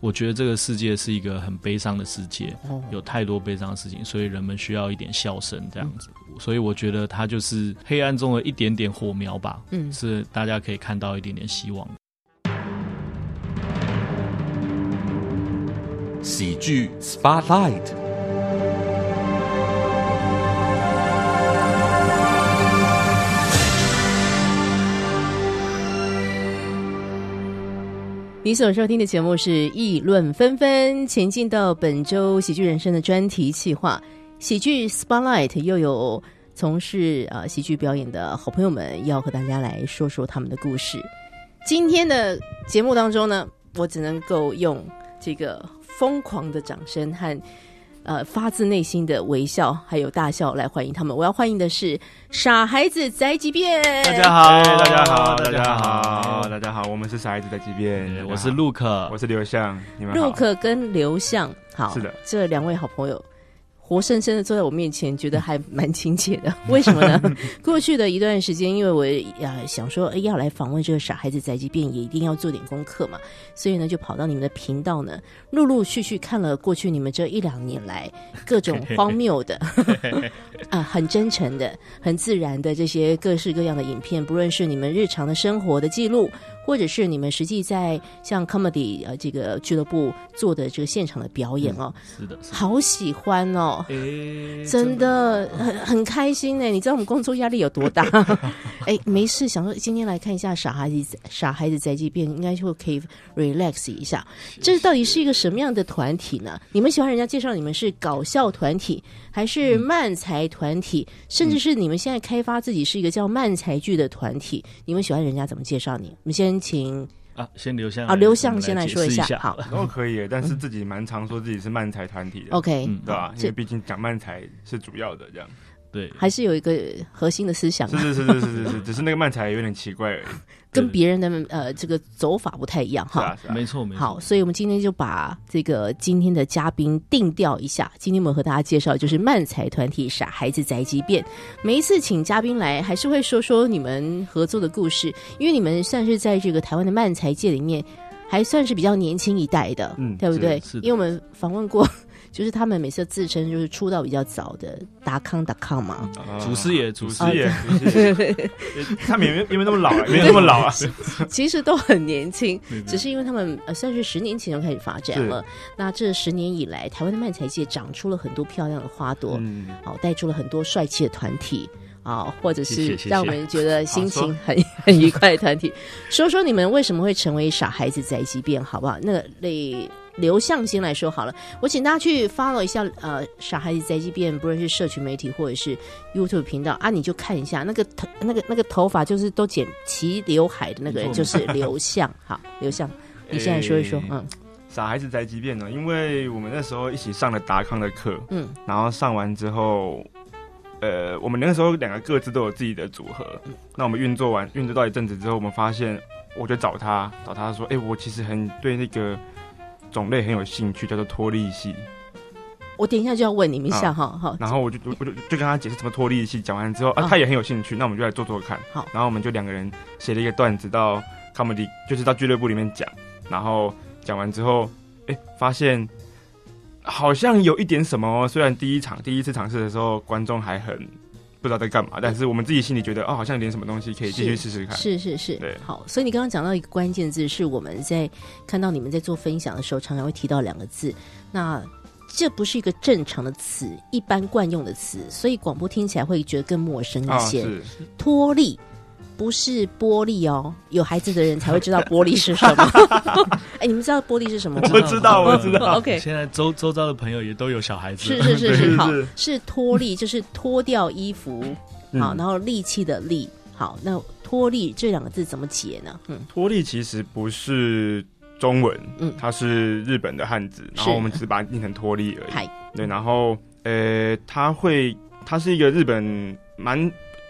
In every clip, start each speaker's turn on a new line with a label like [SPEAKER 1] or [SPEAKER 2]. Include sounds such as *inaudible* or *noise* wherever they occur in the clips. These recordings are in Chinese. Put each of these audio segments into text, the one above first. [SPEAKER 1] 我觉得这个世界是一个很悲伤的世界，
[SPEAKER 2] 哦
[SPEAKER 1] 有太多悲伤的事情，所以人们需要一点笑声这样子。
[SPEAKER 2] 嗯
[SPEAKER 1] 所以我觉得它就是黑暗中的一点点火苗吧，
[SPEAKER 2] 嗯
[SPEAKER 1] 是大家可以看到一点点希望的。
[SPEAKER 3] 喜剧 Spotlight。
[SPEAKER 2] 你所收听的节目是《议论纷纷》，前进到本周喜剧人生的专题企划，喜剧 Spotlight 又有从事呃喜剧表演的好朋友们要和大家来说说他们的故事。今天的节目当中呢，我只能够用这个疯狂的掌声和呃发自内心的微笑还有大笑来欢迎他们。我要欢迎的是傻孩子宅急便，
[SPEAKER 1] 哎大家好，
[SPEAKER 4] 大家好，大家好，大家好，我们是傻孩子在这
[SPEAKER 1] 对
[SPEAKER 4] 边，
[SPEAKER 1] 哎我是
[SPEAKER 4] 陆，
[SPEAKER 1] 陆克
[SPEAKER 4] 我，是刘向，你们好
[SPEAKER 2] 陆。克跟刘向，好，
[SPEAKER 4] 是的
[SPEAKER 2] 这两位好朋友。活生生的坐在我面前，觉得还蛮亲切
[SPEAKER 4] *laughs*
[SPEAKER 2] 的。为什么呢？过去的一段时间，因为我呃想说，哎，要来访问这个傻孩子宅急便，也一定要做点功课嘛，所以呢，就跑到你们的频道呢，陆陆续续看了过去你们这一两年来各
[SPEAKER 4] *laughs*
[SPEAKER 2] 种荒谬的、啊，很真诚的、很自然的这些各式各样的影片，不论是你们日常的生活的记录，或者是你们实际在像 comedy 呃这个俱乐部做的这个现场的表演哦，
[SPEAKER 1] 是的，是的
[SPEAKER 2] 好喜欢哦。
[SPEAKER 1] 诶
[SPEAKER 2] 真的很很开心呢，你知道我们工作压力有多大？ *laughs* 哎，没事，想说今天来看一下傻孩子，傻孩子宅急便，应该就可以 relax 一下。这到底是一个什么样的团体呢？你们喜欢人家介绍你们是搞笑团体，还是漫才团体，甚至是你们现在开发自己是一个叫漫才剧的团体？你们喜欢人家怎么介绍你？我们先请
[SPEAKER 1] 啊，先留下
[SPEAKER 2] 啊刘向先
[SPEAKER 1] 来
[SPEAKER 2] 来
[SPEAKER 1] 解
[SPEAKER 2] 说
[SPEAKER 1] 释
[SPEAKER 2] 一
[SPEAKER 1] 一
[SPEAKER 2] 下
[SPEAKER 1] 下
[SPEAKER 2] 好
[SPEAKER 4] 都可以，但是自己蛮常说自己是漫才团体的
[SPEAKER 2] OK，、
[SPEAKER 1] 嗯
[SPEAKER 4] 对吧？因
[SPEAKER 2] 这
[SPEAKER 4] 为毕竟讲漫才是主要的，这样
[SPEAKER 1] 对，
[SPEAKER 2] 还是有一个核心的思想啊
[SPEAKER 4] 是是是是是是是，只是那个漫才有点奇怪而已，
[SPEAKER 2] 跟别人的呃这个走法不太一样
[SPEAKER 4] 是
[SPEAKER 2] 哈。
[SPEAKER 4] 啊是啊
[SPEAKER 1] 没错没错。
[SPEAKER 2] 好，所以我们今天就把这个今天的嘉宾定调一下。今天我们和大家介绍就是漫才团体“傻孩子宅急便”。每一次请嘉宾来，还是会说说你们合作的故事，因为你们算是在这个台湾的漫才界里面，还算是比较年轻一代的，
[SPEAKER 4] 嗯
[SPEAKER 2] 对不对
[SPEAKER 1] 是？是的
[SPEAKER 2] 因为我们访问过， *laughs* 就是他们每次自称就是出道比较早的达康达康嘛，
[SPEAKER 4] 啊
[SPEAKER 1] 祖师爷
[SPEAKER 4] 祖
[SPEAKER 1] 祖
[SPEAKER 4] 师
[SPEAKER 1] 师
[SPEAKER 4] 爷，
[SPEAKER 2] *laughs*
[SPEAKER 4] 祖
[SPEAKER 1] 嗯
[SPEAKER 4] 师爷他们也没有也没有那么老，也没有那么老啊，
[SPEAKER 2] 其实都很年轻。
[SPEAKER 1] 对对
[SPEAKER 2] 只是因为他们呃算是十年前就开始发展了，那这十年以来，台湾的漫才界长出了很多漂亮的花朵，
[SPEAKER 4] 嗯，
[SPEAKER 2] 好、带出了很多帅气的团体啊、或者
[SPEAKER 1] 谢
[SPEAKER 2] 是
[SPEAKER 1] 谢谢谢
[SPEAKER 2] 让我们觉得心
[SPEAKER 4] 好
[SPEAKER 2] 情很 *laughs* 很愉快的团体。说说你们为什么会成为傻孩子宅急便，好不好？那个类。刘向先来说好了，我请大家去 follow 一下，呃，傻孩子宅急便，不论是社群媒体或者是 YouTube 频道啊，你就看一下那个头，那个那个头发就是都剪齐刘海的那个人，
[SPEAKER 1] 没错
[SPEAKER 2] 就是刘向。好，刘向，你现在说一
[SPEAKER 1] 哎
[SPEAKER 2] 说，
[SPEAKER 4] 诶
[SPEAKER 2] 嗯
[SPEAKER 4] 哎傻孩子宅急便呢，因为我们那时候一起上了达康的课，
[SPEAKER 2] 嗯，
[SPEAKER 4] 然后上完之后，呃，我们那个时候两个各自都有自己的组合。那我们运作完运作到一阵子之后，我们发现，我就找他，找他说，哎、我其实很对那个种类很有兴趣，叫做脱力系。
[SPEAKER 2] 我等一下就要问你们一
[SPEAKER 1] 啊
[SPEAKER 2] 下哈，好，
[SPEAKER 4] 然后我就我就就跟他解释怎么脱力系，讲完之后啊
[SPEAKER 2] 嗯，
[SPEAKER 4] 他也很有兴趣，那我们就来做做看。
[SPEAKER 2] 好
[SPEAKER 4] 然后我们就两个人写了一个段子到 comedy，就是到俱乐部里面讲，然后讲完之后，哎，发现好像有一点什么哦，虽然第一场第一次尝试的时候观众还很不知道在干嘛，但是我们自己心里觉得哦，好像有点什么东西可以继续试试看。
[SPEAKER 2] 是是是
[SPEAKER 4] 对，
[SPEAKER 2] 好。所以你刚刚讲到一个关键字，是我们在看到你们在做分享的时候，常常会提到两个字。那这不是一个正常的词，一般惯用的词，所以广播听起来会觉得更陌生
[SPEAKER 4] 啊，
[SPEAKER 2] 一些。
[SPEAKER 4] 是
[SPEAKER 2] 脱力不是玻璃哦，有孩子的人才会知道玻璃是
[SPEAKER 4] *laughs*
[SPEAKER 2] 什么。哎，你们知道玻璃是什么吗？
[SPEAKER 4] 我知道我知道
[SPEAKER 2] 哦 OK
[SPEAKER 1] 现在周周遭的朋友也都有小孩子
[SPEAKER 2] 是
[SPEAKER 1] 了，
[SPEAKER 2] 是是
[SPEAKER 4] 对
[SPEAKER 2] 是，
[SPEAKER 4] 是
[SPEAKER 2] 好
[SPEAKER 4] 是，
[SPEAKER 2] 是脱力，就是脱掉衣服，
[SPEAKER 4] 嗯
[SPEAKER 2] 好，然后力气的力，好，那脱力这两个字怎么解呢？嗯，
[SPEAKER 4] 脱力其实不是中文，
[SPEAKER 2] 嗯
[SPEAKER 4] 它是日本的汉字，然后我们只是把它念成脱力而已。
[SPEAKER 2] 嗨，
[SPEAKER 4] 对，然后呃，它会，它是一个日本蛮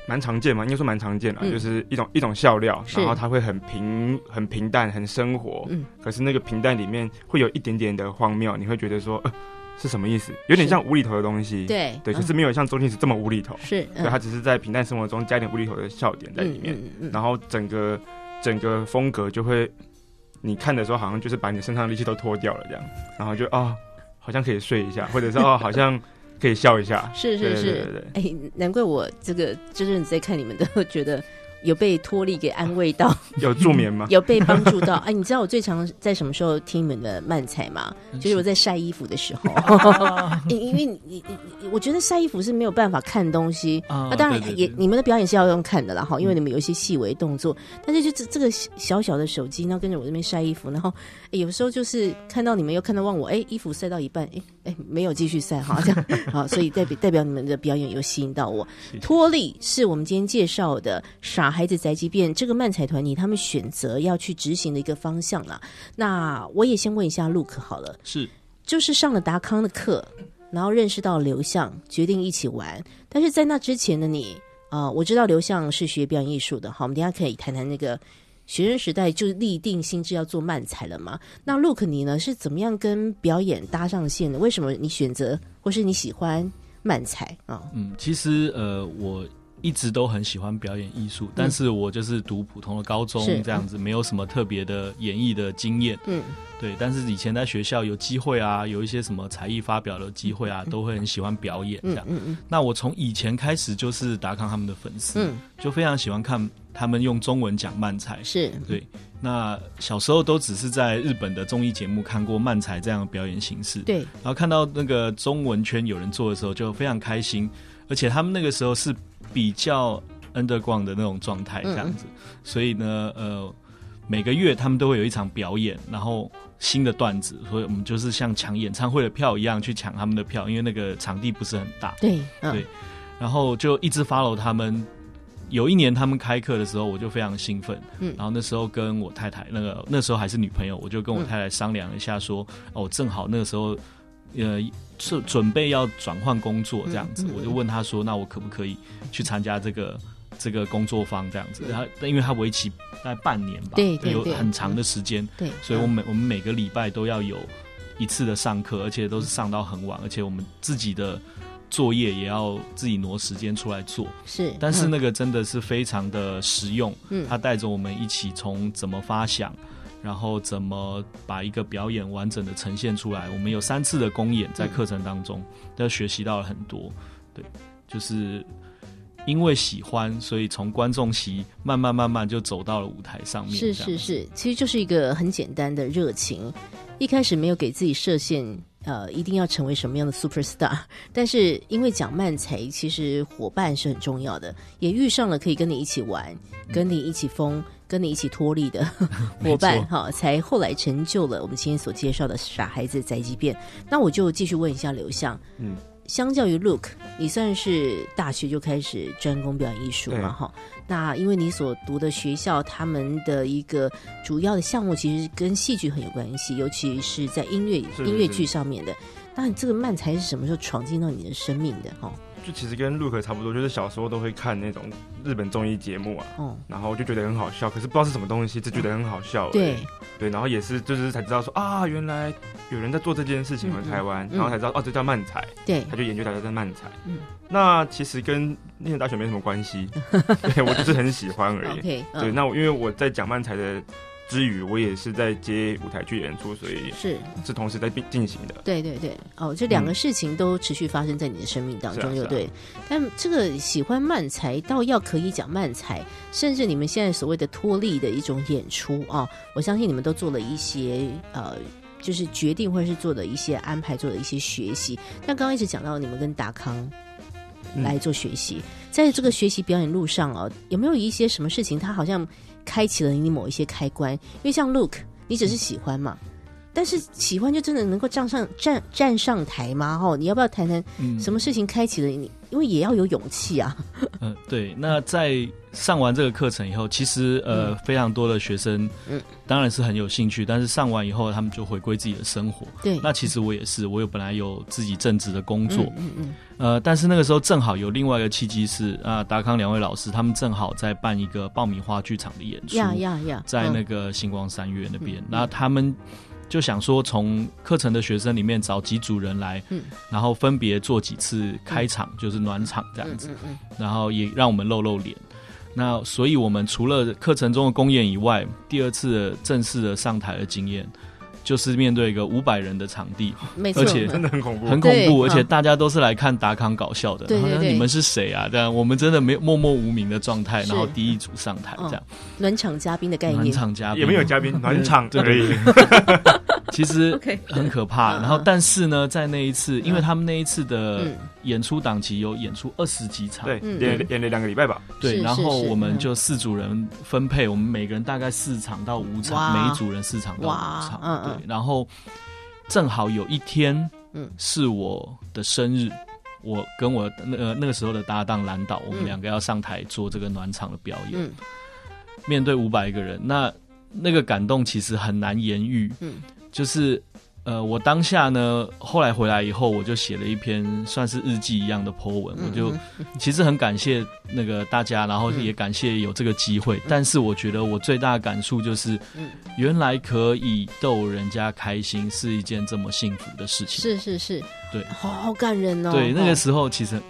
[SPEAKER 4] 蛮常见嘛，应该说蛮常见的，
[SPEAKER 2] 嗯
[SPEAKER 4] 就是一种一种笑料，
[SPEAKER 2] 是
[SPEAKER 4] 然后它会很平很平淡，很生活，
[SPEAKER 2] 嗯
[SPEAKER 4] 可是那个平淡里面会有一点点的荒谬，你会觉得说、呃、是什么意思？有点
[SPEAKER 2] 是
[SPEAKER 4] 像无厘头的东西，
[SPEAKER 2] 对
[SPEAKER 4] 对，可
[SPEAKER 2] 嗯
[SPEAKER 4] 是没有像周星驰这么无厘头，
[SPEAKER 2] 是，嗯
[SPEAKER 4] 对，它只是在平淡生活中加一点无厘头的笑点在里面，
[SPEAKER 2] 嗯嗯嗯嗯。
[SPEAKER 4] 然后整个整个风格就会你看的时候好像就是把你身上的力气都脱掉了这样，然后就啊、哦好像可以睡一下，或者是哦，好像可以笑一下
[SPEAKER 2] 是 *laughs* 是
[SPEAKER 4] 对对
[SPEAKER 2] 是，
[SPEAKER 4] 对对，
[SPEAKER 2] 哎、难怪我这个这阵子在看你们的，觉得有被脱力给安慰
[SPEAKER 4] *laughs*
[SPEAKER 2] 到，
[SPEAKER 4] 有助眠吗？
[SPEAKER 2] 有被帮助到。哎、你知道我最常在什么时候听你们的漫才
[SPEAKER 4] *laughs*
[SPEAKER 2] 吗？就是我在晒衣服的时候，因因为你你你你，我觉得晒衣服是没有办法看东西。
[SPEAKER 1] 啊
[SPEAKER 2] 那当然
[SPEAKER 1] 对对
[SPEAKER 2] 也，
[SPEAKER 1] 对嗯
[SPEAKER 2] 你们的表演是要用看的啦哈，因为你们有一些细微动作，但是就这这个小小的手机，然后跟着我这边晒衣服，然后、哎有时候就是看到你们又看到忘我，哎，衣服晒到一半，哎哎，没有继续晒哈，这样
[SPEAKER 1] *laughs*
[SPEAKER 2] 好，所以代表代表你们的表演有吸引到我。脱力是我们今天介绍的《傻孩子宅急便》这个漫才团体，他们选择要去执行的一个方向啦。那我也先问一下 Look 好了。
[SPEAKER 1] 是
[SPEAKER 2] 就是上了达康的课，然后认识到刘向，决定一起玩。但是在那之前的你，啊，我知道刘向是学表演艺术的，好，我们等一下可以谈谈那个学生时代就立定心智要做漫才了嘛？那 Look 你呢是怎么样跟表演搭上线的？为什么你选择或是你喜欢漫才啊？
[SPEAKER 1] 嗯，其实呃，我一直都很喜欢表演艺术，但是我就是读普通的高中
[SPEAKER 2] 嗯是
[SPEAKER 1] 这样子，没有什么特别的演艺的经验。
[SPEAKER 2] 嗯，
[SPEAKER 1] 对，但是以前在学校有机会啊，有一些什么才艺发表的机会啊，都会很喜欢表演这
[SPEAKER 2] 嗯
[SPEAKER 1] 样。
[SPEAKER 2] 嗯嗯
[SPEAKER 1] 那我从以前开始就是达康他们的粉丝，
[SPEAKER 2] 嗯，
[SPEAKER 1] 就非常喜欢看他们用中文讲漫才。
[SPEAKER 2] 是
[SPEAKER 1] 对，那小时候都只是在日本的综艺节目看过漫才这样的表演形式，
[SPEAKER 2] 对，
[SPEAKER 1] 然后看到那个中文圈有人做的时候，就非常开心，而且他们那个时候是比较 underground 的那种状态这样子，所以呢，呃，每个月他们都会有一场表演，然后新的段子，所以我们就是像抢演唱会的票一样去抢他们的票，因为那个场地不是很大，
[SPEAKER 2] 对，嗯
[SPEAKER 1] 对然后就一直 follow 他们。有一年他们开课的时候，我就非常兴奋，
[SPEAKER 2] 嗯
[SPEAKER 1] 然后那时候跟我太太，那个那时候还是女朋友，我就跟我太太商量一下说，哦，正好那个时候，呃，是准备要转换工作这样子，
[SPEAKER 2] 嗯嗯嗯
[SPEAKER 1] 我就问她说，那我可不可以去参加这个这个工作坊这样子？然后，但因为她为期大概半年吧，
[SPEAKER 2] 嗯对对
[SPEAKER 1] 有
[SPEAKER 2] 对
[SPEAKER 1] 很长的时间，
[SPEAKER 2] 对，
[SPEAKER 1] 所以我每我
[SPEAKER 2] 嗯
[SPEAKER 1] 们每个礼拜都要有一次的上课，而且都是上到很晚，而且我们自己的作业也要自己挪时间出来做。
[SPEAKER 2] 嗯是，
[SPEAKER 1] 但是那个真的是非常的实用，
[SPEAKER 2] 嗯
[SPEAKER 1] 它带着我们一起从怎么发想。然后怎么把一个表演完整的呈现出来？我们有三次的公演在课程当中
[SPEAKER 2] 嗯
[SPEAKER 1] 都学习到了很多。对，就是因为喜欢，所以从观众席慢慢慢慢就走到了舞台上面。
[SPEAKER 2] 是
[SPEAKER 1] 这样
[SPEAKER 2] 是是，其实就是一个很简单的热情。一开始没有给自己设限，呃，一定要成为什么样的 super star，但 *laughs* 是因为讲漫才，其实伙伴是很重要的，也遇上了可以跟你一起玩、跟你一起疯、跟你一起脱
[SPEAKER 4] *laughs*
[SPEAKER 2] 力的伙伴，哈，才后来成就了我们今天所介绍的傻孩子宅急便。那我就继续问一下刘向，
[SPEAKER 4] 嗯，
[SPEAKER 2] 相较于 Look，你算是大学就开始专攻表演艺术嘛？
[SPEAKER 4] 对
[SPEAKER 2] 哈，那因为你所读的学校，他们的一个主要的项目其实跟戏剧很有关系，尤其是在音乐
[SPEAKER 4] 是
[SPEAKER 2] 音乐
[SPEAKER 4] 是
[SPEAKER 2] 剧上面的。那你这个漫才是什么时候闯进到你的生命的？哈，
[SPEAKER 4] 就其实跟 Look 差不多，就是小时候都会看那种日本综艺节目啊，
[SPEAKER 2] 哦，
[SPEAKER 4] 然后就觉得很好笑，可是不知道是什么东西，只觉得很好笑而已。
[SPEAKER 2] 对，
[SPEAKER 4] 对，然后也是就是才知道说啊，原来有人在做这件事情
[SPEAKER 2] 嗯
[SPEAKER 4] 回
[SPEAKER 2] 嗯
[SPEAKER 4] 台湾，
[SPEAKER 2] 嗯
[SPEAKER 4] 然后才知道哦，这叫漫才，
[SPEAKER 2] 对，
[SPEAKER 4] 他就研究大家在漫才。
[SPEAKER 2] 嗯
[SPEAKER 4] 那其实跟念大学没什么关
[SPEAKER 2] *laughs*
[SPEAKER 4] 系，对我就是很喜欢而已。
[SPEAKER 2] ，OK，
[SPEAKER 4] 对，
[SPEAKER 2] 嗯，
[SPEAKER 4] 那我因为我在讲漫才的之余，我也是在接舞台剧演出，所以
[SPEAKER 2] 是。
[SPEAKER 4] 是同时在并进行的。嗯
[SPEAKER 2] 对对对，哦，这两个事情都持续发生在你的生命当中，
[SPEAKER 4] 是啊
[SPEAKER 2] 就是
[SPEAKER 4] 啊
[SPEAKER 2] 对。但这个喜欢漫才，倒要可以讲漫才，甚至你们现在所谓的脱力的一种演出啊、我相信你们都做了一些呃。就是决定或者是做的一些安排，做的一些学习。但刚刚一直讲到你们跟达康
[SPEAKER 4] 嗯
[SPEAKER 2] 来做学习，在这个学习表演路上哦，有没有一些什么事情，它好像开启了你某一些开关？因为像 Look，你只是喜欢嘛，但是喜欢就真的能够站上站站上台吗？哦，你要不要谈谈
[SPEAKER 1] 嗯
[SPEAKER 2] 什么事情开启了你？因为也要有勇气啊。
[SPEAKER 1] 嗯，对。那在上完这个课程以后，其实呃、非常多的学生，
[SPEAKER 2] 嗯
[SPEAKER 1] 当然是很有兴趣，但是上完以后，他们就回归自己的生活。
[SPEAKER 2] 对，
[SPEAKER 1] 那其实我也是，我有本来有自己正职的工作，
[SPEAKER 2] 嗯嗯
[SPEAKER 1] 呃，但是那个时候正好有另外一个契机是啊、达康两位老师他们正好在办一个爆米花剧场的演
[SPEAKER 2] 嗯，
[SPEAKER 1] 出，
[SPEAKER 2] 呀呀呀，
[SPEAKER 1] 在那
[SPEAKER 2] 嗯
[SPEAKER 1] 个星光三月那边
[SPEAKER 2] 嗯，
[SPEAKER 1] 那、他们就想说从课程的学生里面找几组人来，
[SPEAKER 2] 嗯
[SPEAKER 1] 然后分别做几次开场，就是暖场这样子。
[SPEAKER 2] 嗯嗯嗯
[SPEAKER 1] 然后也让我们露露脸。那所以我们除了课程中的公演以外，第二次的正式的上台的经验，就是面对一个五百人的场地，
[SPEAKER 2] 没错，嗯
[SPEAKER 1] 而且
[SPEAKER 4] 真的很恐怖。
[SPEAKER 1] 很恐怖，
[SPEAKER 2] 对
[SPEAKER 1] 而且
[SPEAKER 2] 嗯
[SPEAKER 1] 大家都是来看达康搞笑的。
[SPEAKER 2] 对对
[SPEAKER 1] 然后
[SPEAKER 2] 对
[SPEAKER 1] 你们是谁啊？这样我们真的没有默默无名的状态，
[SPEAKER 2] 是哦
[SPEAKER 1] 然
[SPEAKER 2] 哎
[SPEAKER 1] 后第一组上台这样，
[SPEAKER 2] 暖场嘉宾的概
[SPEAKER 1] 暖
[SPEAKER 2] 念。
[SPEAKER 1] 场嘉宾
[SPEAKER 4] 也没有嘉宾暖场
[SPEAKER 1] 对
[SPEAKER 4] 而
[SPEAKER 1] 对
[SPEAKER 4] 已，
[SPEAKER 1] 其实
[SPEAKER 2] *laughs* OK，
[SPEAKER 1] 很可怕。
[SPEAKER 2] 嗯嗯
[SPEAKER 1] 然后但是呢，在那一次，因为他们那一次的
[SPEAKER 2] 嗯
[SPEAKER 1] 演出档期有演出二十几场，
[SPEAKER 4] 对，
[SPEAKER 2] 嗯
[SPEAKER 4] 演演了两个礼拜吧，
[SPEAKER 2] 是
[SPEAKER 1] 对，然
[SPEAKER 2] 是
[SPEAKER 1] 后
[SPEAKER 2] 是
[SPEAKER 1] 我们
[SPEAKER 2] 嗯
[SPEAKER 1] 就四组人分配，我们每个人大概四场到五场，
[SPEAKER 2] 哇
[SPEAKER 1] 每一组人四场到
[SPEAKER 2] 哇
[SPEAKER 1] 五场，
[SPEAKER 2] 嗯嗯
[SPEAKER 1] 对，然后正好有一天，
[SPEAKER 2] 嗯
[SPEAKER 1] 嗯，是我的生日。我跟我那个那个时候的搭档蓝岛，我们两个要上台做这个暖场的表演，
[SPEAKER 2] 嗯
[SPEAKER 1] 面对五百个人，那那个感动其实很难言喻。
[SPEAKER 2] 嗯
[SPEAKER 1] 就是呃，我当下呢，后来回来以后，我就写了一篇算是日记一样的 po 文，
[SPEAKER 2] 嗯，
[SPEAKER 1] 我就
[SPEAKER 2] 嗯
[SPEAKER 1] 其实很感谢那个大家，然后也感谢有这个机会。但是我觉得我最大的感触就是，
[SPEAKER 2] 嗯
[SPEAKER 1] 原来可以逗人家开心是一件这么幸福的事情。
[SPEAKER 2] 是是是，
[SPEAKER 1] 对
[SPEAKER 2] 好好感人哦。
[SPEAKER 1] 对，那个
[SPEAKER 2] 哦
[SPEAKER 1] 时候其实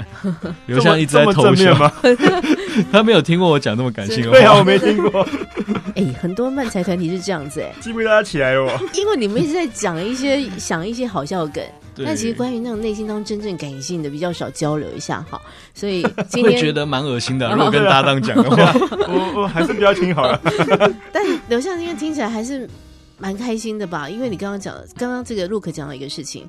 [SPEAKER 1] 刘 *laughs*
[SPEAKER 4] 这
[SPEAKER 1] 翔
[SPEAKER 4] 么
[SPEAKER 1] 一直在
[SPEAKER 4] 这么
[SPEAKER 1] 偷
[SPEAKER 4] 正
[SPEAKER 1] 笑
[SPEAKER 4] 面，吗？
[SPEAKER 1] *laughs* 他没有听过我讲那么感性的
[SPEAKER 4] 对啊，
[SPEAKER 1] 话。
[SPEAKER 4] 我没听过，
[SPEAKER 2] 哎，很多漫才团体是这样
[SPEAKER 1] *laughs*
[SPEAKER 2] 子哎，
[SPEAKER 4] 记不大家起来了哦。
[SPEAKER 2] 因为你们一直在讲一些想一些好笑的梗，
[SPEAKER 1] 对
[SPEAKER 2] 但其实关于那种内心当中真正感性的比较少交流一下哈，
[SPEAKER 1] *laughs*
[SPEAKER 2] 所以今
[SPEAKER 1] 会觉
[SPEAKER 2] 天哦
[SPEAKER 1] 得蛮恶心
[SPEAKER 2] *laughs*
[SPEAKER 1] 的，如果跟搭档讲的话，
[SPEAKER 4] 我我还是不要听好了。
[SPEAKER 2] 但刘向今天听起来还是蛮开心的吧？因为你刚刚讲，刚刚这个陆可讲到一个事情，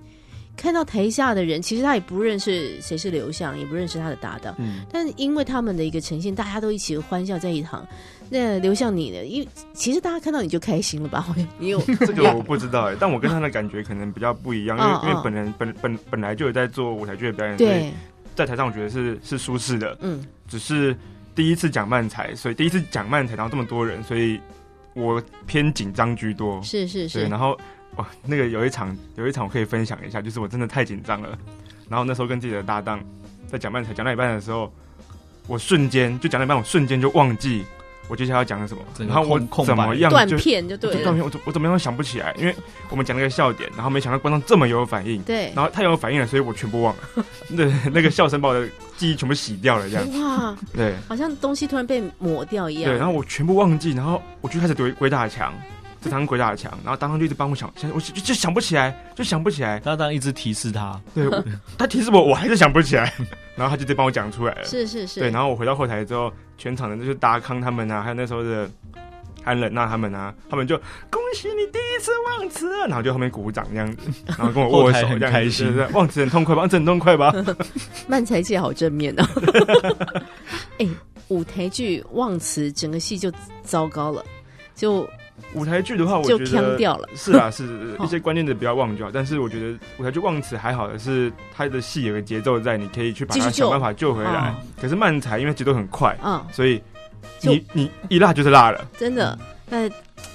[SPEAKER 2] 看到台下的人，其实他也不认识谁是刘向，也不认识他的搭档，
[SPEAKER 4] 嗯，
[SPEAKER 2] 但是因为他们的一个呈现，大家都一起欢笑在一堂。那刘向你呢？因为其实大家看到你就开心了吧？ *laughs* 你有
[SPEAKER 4] 这个我不知道哎，但我跟他的感觉可能比较不一样，因
[SPEAKER 2] 嗯嗯
[SPEAKER 4] 为因为本人本本本来就有在做舞台剧的表演，所以
[SPEAKER 2] 对，
[SPEAKER 4] 在台上我觉得是是舒适的，
[SPEAKER 2] 嗯，
[SPEAKER 4] 只是第一次讲漫才，所以第一次讲漫才，然后这么多人，所以我偏紧张居多。
[SPEAKER 2] 是是
[SPEAKER 4] 对，
[SPEAKER 2] 是，
[SPEAKER 4] 然后哇，那个有一场有一场我可以分享一下，就是我真的太紧张了。然后那时候跟自己的搭档在讲漫才，讲到一半的时候，我瞬间就讲到一半，我瞬间就忘记我接下来要讲什么，
[SPEAKER 1] 整个
[SPEAKER 4] 然后我
[SPEAKER 1] 空空白
[SPEAKER 4] 怎么样
[SPEAKER 2] 断
[SPEAKER 4] 就
[SPEAKER 2] 片就对
[SPEAKER 4] 就
[SPEAKER 2] 了，
[SPEAKER 4] 断片，我怎我怎么样都想不起来，因为我们讲那个笑点，然后没想到观众这么有反应，
[SPEAKER 2] 对，
[SPEAKER 4] 然后太有反应了，所以我全部忘了， *laughs* 那那个笑声把我的记忆全部洗掉了，这
[SPEAKER 2] *laughs*
[SPEAKER 4] 样
[SPEAKER 2] 哇，
[SPEAKER 4] 对。
[SPEAKER 2] 好像东西突然被抹掉一样。
[SPEAKER 4] 对，然后我全部忘记，然后我就开始鬼鬼打墙，这堂鬼打墙，然后当时就一直帮我想，想我就就就想不起来，就想不起来。
[SPEAKER 1] 搭档一直提示他，
[SPEAKER 4] 对， *laughs* 我他提示我，我还是想不起来，然后他就直接帮我讲出来了。
[SPEAKER 2] 是是是，
[SPEAKER 4] 对，然后我回到后台之后，全场的就是达康他们啊，还有那时候的安冷娜他们啊，他们就恭喜你第一次忘词啊了，然后就后面鼓掌这样子，然后跟我握握
[SPEAKER 1] *laughs*
[SPEAKER 4] 手
[SPEAKER 1] 后台
[SPEAKER 4] 这
[SPEAKER 1] 很
[SPEAKER 4] 样子，
[SPEAKER 1] 开心
[SPEAKER 4] 对对对忘词很痛快吧，忘词很痛快吧。
[SPEAKER 2] 漫才界好正面哦。 *laughs* 哎、舞台剧忘词，整个戏就糟糕了，就
[SPEAKER 4] 舞台剧的话，我
[SPEAKER 2] 就
[SPEAKER 4] 觉
[SPEAKER 2] 腔
[SPEAKER 4] 得
[SPEAKER 2] 掉了。
[SPEAKER 4] 是
[SPEAKER 2] *laughs*
[SPEAKER 4] 啊，是是
[SPEAKER 2] 哦
[SPEAKER 4] 一些关键的不要忘掉。但是我觉得舞台剧忘词还好的是，它的戏有个节奏在，你可以去把
[SPEAKER 2] 继
[SPEAKER 4] 它
[SPEAKER 2] 续救
[SPEAKER 4] 想办法救回来
[SPEAKER 2] 哦。
[SPEAKER 4] 可是漫才因为节奏很快，
[SPEAKER 2] 嗯，
[SPEAKER 4] 所以
[SPEAKER 2] 就
[SPEAKER 4] 你你一辣就是辣了，
[SPEAKER 2] 真的。那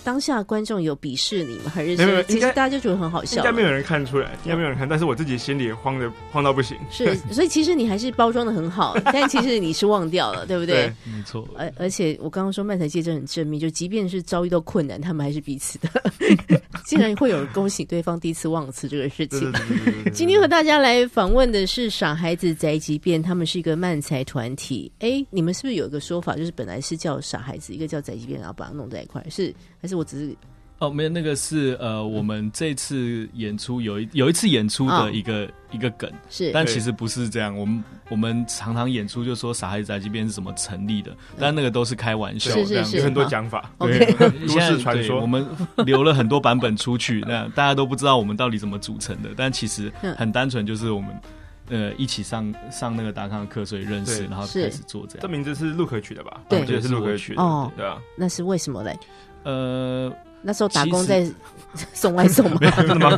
[SPEAKER 2] 当下观众有鄙视你吗？还是
[SPEAKER 4] 嗯没有没有
[SPEAKER 2] 说其
[SPEAKER 4] 应
[SPEAKER 2] 实
[SPEAKER 4] 该
[SPEAKER 2] 大家就觉得很好
[SPEAKER 4] 应
[SPEAKER 2] 笑啊
[SPEAKER 4] 该？没有人看出来，应该没有人看。但是我自己心里慌的慌到不行。
[SPEAKER 2] 是，所以其实你还是包装的很
[SPEAKER 4] *laughs*
[SPEAKER 2] 好，但其实你是忘掉了，对不对？
[SPEAKER 4] 对，
[SPEAKER 1] 没错，
[SPEAKER 2] 而而且我刚刚说漫才界真的很正面，就即便是遭遇到困难，他们还是彼
[SPEAKER 4] *laughs*
[SPEAKER 2] 此的，竟然会有人恭喜对方第一次忘词这个事
[SPEAKER 4] 对
[SPEAKER 2] 情
[SPEAKER 4] 对。对对对对。
[SPEAKER 2] 今天和大家来访问的是傻孩子宅急便，他们是一个漫才团体。哎，你们是不是有一个说法，就是本来是叫傻孩子，一个叫宅急便，然后把它弄在一块儿？是还是我只是
[SPEAKER 1] 哦，没有，那个是呃，我们这次演出有一有一次演出
[SPEAKER 2] 哦
[SPEAKER 1] 的一个、一个梗，
[SPEAKER 2] 是
[SPEAKER 1] 但
[SPEAKER 4] 对
[SPEAKER 1] 其实不是这样。我们我们常常演出就说傻孩子宅急便是怎么成立的，但那个都是开玩笑
[SPEAKER 2] 是是
[SPEAKER 1] 这样子。
[SPEAKER 4] 有很多讲法，
[SPEAKER 2] *laughs* OK
[SPEAKER 4] 对，
[SPEAKER 1] *laughs* 现
[SPEAKER 4] 都
[SPEAKER 1] 在
[SPEAKER 4] 市传
[SPEAKER 1] 对我
[SPEAKER 4] 说。
[SPEAKER 1] 们留了很多版本出去，那大家都不知道我们到底怎么组成的。但其实
[SPEAKER 2] 嗯
[SPEAKER 1] 很单纯，就是我们呃一起上上那个达康的课，所以认识，
[SPEAKER 4] 对
[SPEAKER 1] 然后
[SPEAKER 2] 是
[SPEAKER 1] 开始做这
[SPEAKER 4] 这
[SPEAKER 1] 样。
[SPEAKER 4] 名字是陆可取的吧？
[SPEAKER 2] 对
[SPEAKER 4] 我记得是陆可取的。
[SPEAKER 2] 哦
[SPEAKER 4] 对啊，
[SPEAKER 2] 那是为什么嘞？
[SPEAKER 1] 呃，
[SPEAKER 2] 那时候打工在送外
[SPEAKER 1] *laughs*
[SPEAKER 2] 送吗？
[SPEAKER 4] 真的吗？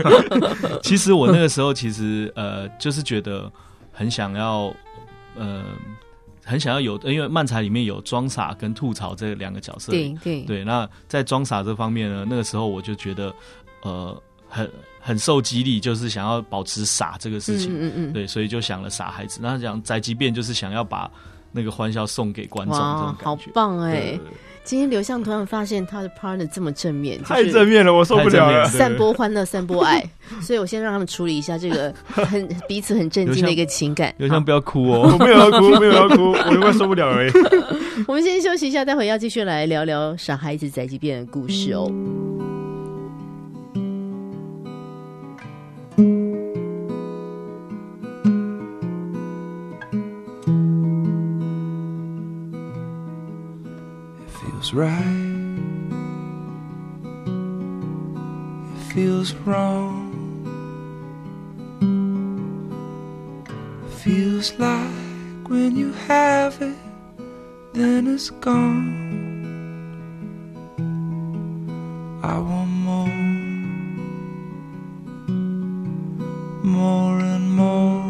[SPEAKER 1] 其实我那个时候其实呃，就是觉得很想要，呃，很想要有，因为漫才里面有装傻跟吐槽这两个角色。
[SPEAKER 2] 对对，嗯
[SPEAKER 1] 对，那在装傻这方面呢，那个时候我就觉得，呃，很很受激励，就是想要保持傻这个事
[SPEAKER 2] 嗯
[SPEAKER 1] 情。
[SPEAKER 2] 嗯嗯嗯，
[SPEAKER 1] 对，所以就想了傻孩子。那讲宅急便就是想要把那个欢笑送给观众，这
[SPEAKER 2] 哇
[SPEAKER 1] 种，
[SPEAKER 2] 好
[SPEAKER 1] 感觉。
[SPEAKER 2] 棒哎、
[SPEAKER 1] 对对对
[SPEAKER 2] 今天刘向突然发现他的 partner 这么正面，就是
[SPEAKER 4] 太正面了，我受不了了
[SPEAKER 1] 太正面。
[SPEAKER 2] 散播欢乐，散播爱，所以我先让他们处理一下这个很彼此很震惊的一个情感。
[SPEAKER 1] 刘翔不要哭
[SPEAKER 2] *laughs*
[SPEAKER 4] 我
[SPEAKER 1] 哦，
[SPEAKER 4] 没有要哭，没有要哭，我快受不了了。
[SPEAKER 2] 我们先休息一下，待会要继续来聊聊《傻孩子宅急便》的故事哦。
[SPEAKER 5] feels right. It feels wrong. Feels like when you have it, then it's gone. I want more, more and more.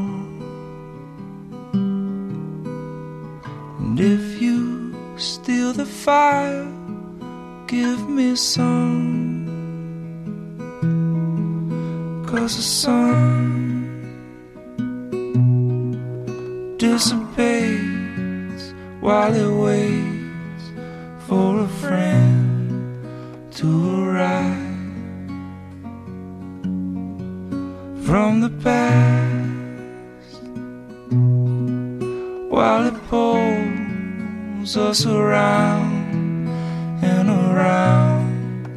[SPEAKER 5] And if you steal the fire, give me some. Cause the sun dissipates while it waits for a friend to arrive from the past while it pulls us around and around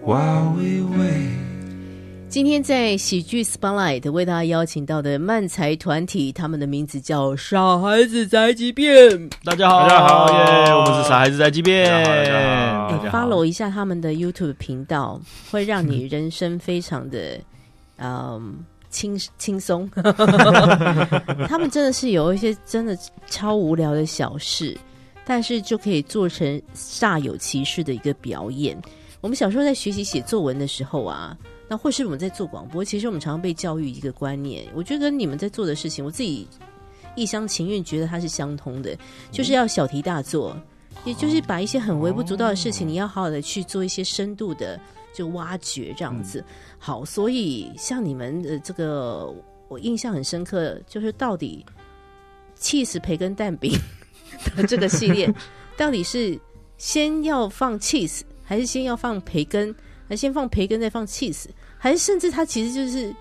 [SPEAKER 5] while we wait.
[SPEAKER 2] 今天在喜剧 Spotlight 为大家邀请到的漫才团体，他们的名字叫《傻孩子宅急便》。
[SPEAKER 1] 大家好，
[SPEAKER 4] 大家好
[SPEAKER 1] 耶，我们是傻孩子宅急便，
[SPEAKER 4] 大家好大
[SPEAKER 2] 你 follow 一下他们的 YouTube 频道，会让
[SPEAKER 4] *laughs*
[SPEAKER 2] 你人生非常的嗯轻轻
[SPEAKER 4] *laughs*
[SPEAKER 2] 松。他们真的是有一些真的超无聊的小事，但是就可以做成煞有其事的一个表演。我们小时候在学习写作文的时候啊。那或是我们在做广播，其实我们常常被教育一个观念，我觉得跟你们在做的事情，我自己一厢情愿觉得它是相通的，就是要小题大做，也就是把一些很微不足道的事情，你要好好的去做一些深度的就挖掘这样子。好，所以像你们的这个，我印象很深刻，就是到底 cheese 培根蛋饼的这个系列，到底是先要放 cheese，还是先要放培根，还是先放培根再放 cheese，还是甚至它其实就是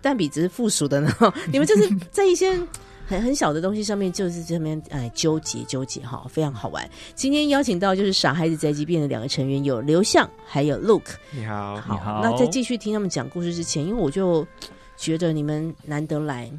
[SPEAKER 2] 蛋饼只是附属的呢？你们就是在一些。很很小的东西上面就是这边哎纠结纠结哈，非常好玩。今天邀请到就是傻孩子宅急便的两个成员，有刘向还有 Look。
[SPEAKER 4] 你好，
[SPEAKER 1] 你好
[SPEAKER 2] 那在继续听他们讲故事之前，因为我就觉得你们难得来，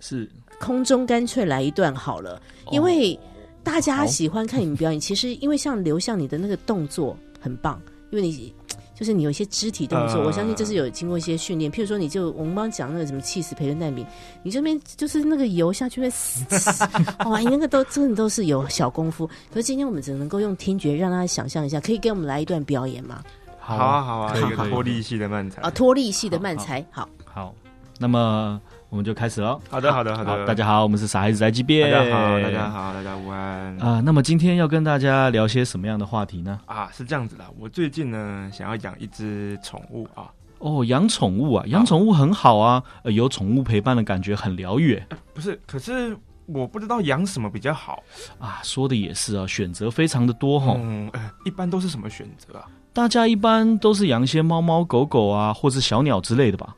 [SPEAKER 1] 是
[SPEAKER 2] 空中干脆来一段好了，因为大家喜欢看你们表演。其实因为像刘向你的那个动作很棒，因为你。就是你有一些肢体动作，
[SPEAKER 4] 呃
[SPEAKER 2] 我相信这是有经过一些训练。譬如说，你就我们刚刚讲那个什么气死培根蛋饼，你这边就是那个油下去会死，嘶 *laughs* 哇，你那个都真的都是有小功夫。可是今天我们只能够用听觉让大家想象一下，可以给我们来一段表演吗？
[SPEAKER 4] 好啊，好啊，
[SPEAKER 1] 可以
[SPEAKER 4] 一个
[SPEAKER 1] 可以
[SPEAKER 4] 脱力系的漫才
[SPEAKER 2] 啊，。脱力系的慢才，好。
[SPEAKER 1] 好，那么我们就开始喽。
[SPEAKER 4] 好的，好的，好的，
[SPEAKER 1] 大家好，我们是傻孩子宅急
[SPEAKER 4] 大
[SPEAKER 1] 便，
[SPEAKER 4] 家好，大家。好，大家午安。
[SPEAKER 1] 啊、那么今天要跟大家聊些什么样的话题呢？
[SPEAKER 4] 啊，是这样子的，我最近呢想要养一只宠物啊，
[SPEAKER 1] 哦，养宠物啊，养宠物很好啊，呃、有宠物陪伴的感觉很疗愈
[SPEAKER 4] 不是，可是我不知道养什么比较好。
[SPEAKER 1] 啊。说的也是啊，选择非常的多吼、
[SPEAKER 4] 嗯，呃一般都是什么选择啊？
[SPEAKER 1] 大家一般都是养一些猫猫狗狗啊，或是小鸟之类的吧。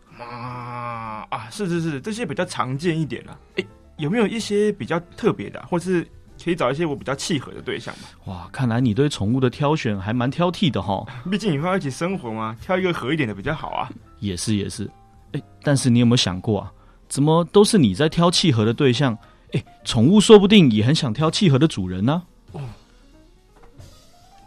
[SPEAKER 4] 啊啊，是是是，这些比较常见一点啊。哎，有没有一些比较特别的啊、或是可以找一些我比较契合的对象吧？
[SPEAKER 1] 哇，看来你对宠物的挑选还蛮挑剔的哈。
[SPEAKER 4] 毕竟以后要一起生活嘛，挑一个合一点的比较好啊。
[SPEAKER 1] 也是也是，哎，但是你有没有想过啊？怎么都是你在挑契合的对象？哎，宠物说不定也很想挑契合的主人呢、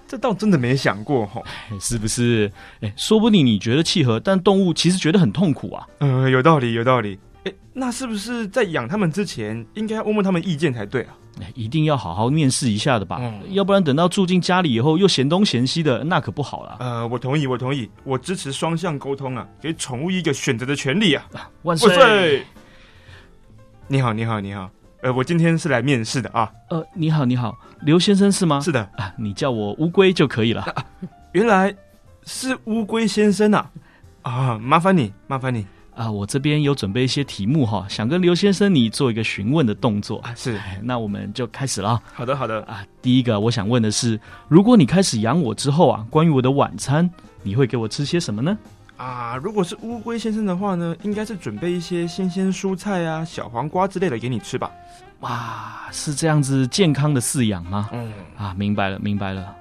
[SPEAKER 4] 这倒真的没想过吼。
[SPEAKER 1] 哎是不是？哎，说不定你觉得契合，但动物其实觉得很痛苦啊。
[SPEAKER 4] 呃，有道理，有道理。哎，那是不是在养它们之前，应该问问他们意见才对啊？
[SPEAKER 1] 哎，一定要好好面试一下的吧，
[SPEAKER 4] 嗯
[SPEAKER 1] 要不然等到住进家里以后又嫌东嫌西的，那可不好啦。
[SPEAKER 4] 呃，我同意，我同意，我支持双向沟通啊，给宠物一个选择的权利啊！
[SPEAKER 1] 万
[SPEAKER 4] 万
[SPEAKER 1] 岁！
[SPEAKER 4] 岁！你好，你好，你好。呃，我今天是来面试的啊。
[SPEAKER 1] 呃，你好，你好，刘先生是吗？
[SPEAKER 4] 是的，
[SPEAKER 1] 啊，你叫我乌龟就可以了。 *laughs*
[SPEAKER 4] 原来是乌龟先生啊！啊，麻烦你，麻烦你。
[SPEAKER 1] 啊，我这边有准备一些题目哈，想跟刘先生你做一个询问的动作。
[SPEAKER 4] 啊，是
[SPEAKER 1] 哎，那我们就开始了啊
[SPEAKER 4] 好的，好的，
[SPEAKER 1] 啊。第一个我想问的是，如果你开始养我之后啊，关于我的晚餐，你会给我吃些什么呢？
[SPEAKER 4] 啊，如果是乌龟先生的话呢，应该是准备一些新鲜蔬菜啊、小黄瓜之类的给你吃吧。
[SPEAKER 1] 哇，是这样子健康的饲养吗？
[SPEAKER 4] 嗯，
[SPEAKER 1] 啊，明白了，明白了。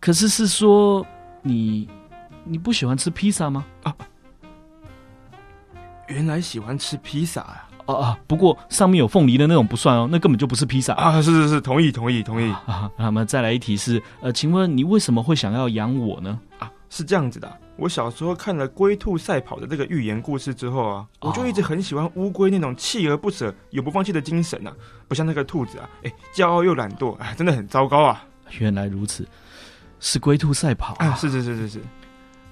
[SPEAKER 1] 可是是说你你不喜欢吃披萨吗？
[SPEAKER 4] 原来喜欢吃披萨啊！
[SPEAKER 1] 啊啊，不过上面有凤梨的那种不算哦，那根本就不是披萨
[SPEAKER 4] 啊，是是是，同意同意同意
[SPEAKER 1] 啊。那么再来一题是，呃，请问你为什么会想要养我呢？
[SPEAKER 4] 啊，是这样子的啊。我小时候看了《龟兔赛跑》的这个寓言故事之后啊，
[SPEAKER 1] 哦
[SPEAKER 4] 我就一直很喜欢乌龟那种锲而不舍、永不放弃的精神啊，不像那个兔子啊，哎，骄傲又懒惰，啊，真的很糟糕啊！
[SPEAKER 1] 原来如此，是龟兔赛跑
[SPEAKER 4] 啊，是是是是是，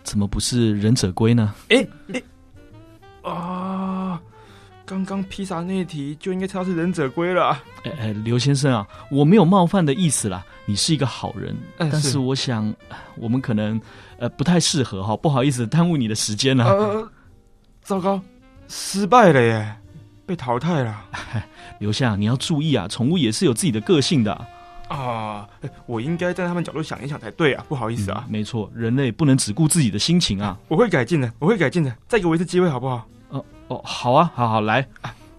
[SPEAKER 1] 怎么不是忍者龟呢？
[SPEAKER 4] 哎哎，啊，刚刚披萨那一题就应该猜到是忍者龟了啊。
[SPEAKER 1] 哎哎，刘先生啊，我没有冒犯的意思啦，你是一个好人，
[SPEAKER 4] 嗯
[SPEAKER 1] 但
[SPEAKER 4] 是
[SPEAKER 1] 是我想呃我们可能呃不太适合哈，不好意思耽误你的时间了、啊
[SPEAKER 4] 呃，糟糕，失败了耶，被淘汰了
[SPEAKER 1] 刘夏，你要注意啊，宠物也是有自己的个性的、啊。
[SPEAKER 4] 啊！哎我应该站在他们角度想一想才对啊，不好意思啊，
[SPEAKER 1] 嗯没错，人类不能只顾自己的心情啊。
[SPEAKER 4] 我会改进的，我会改进的，再给我一次机会好不好？
[SPEAKER 1] 哦，好啊，好好来，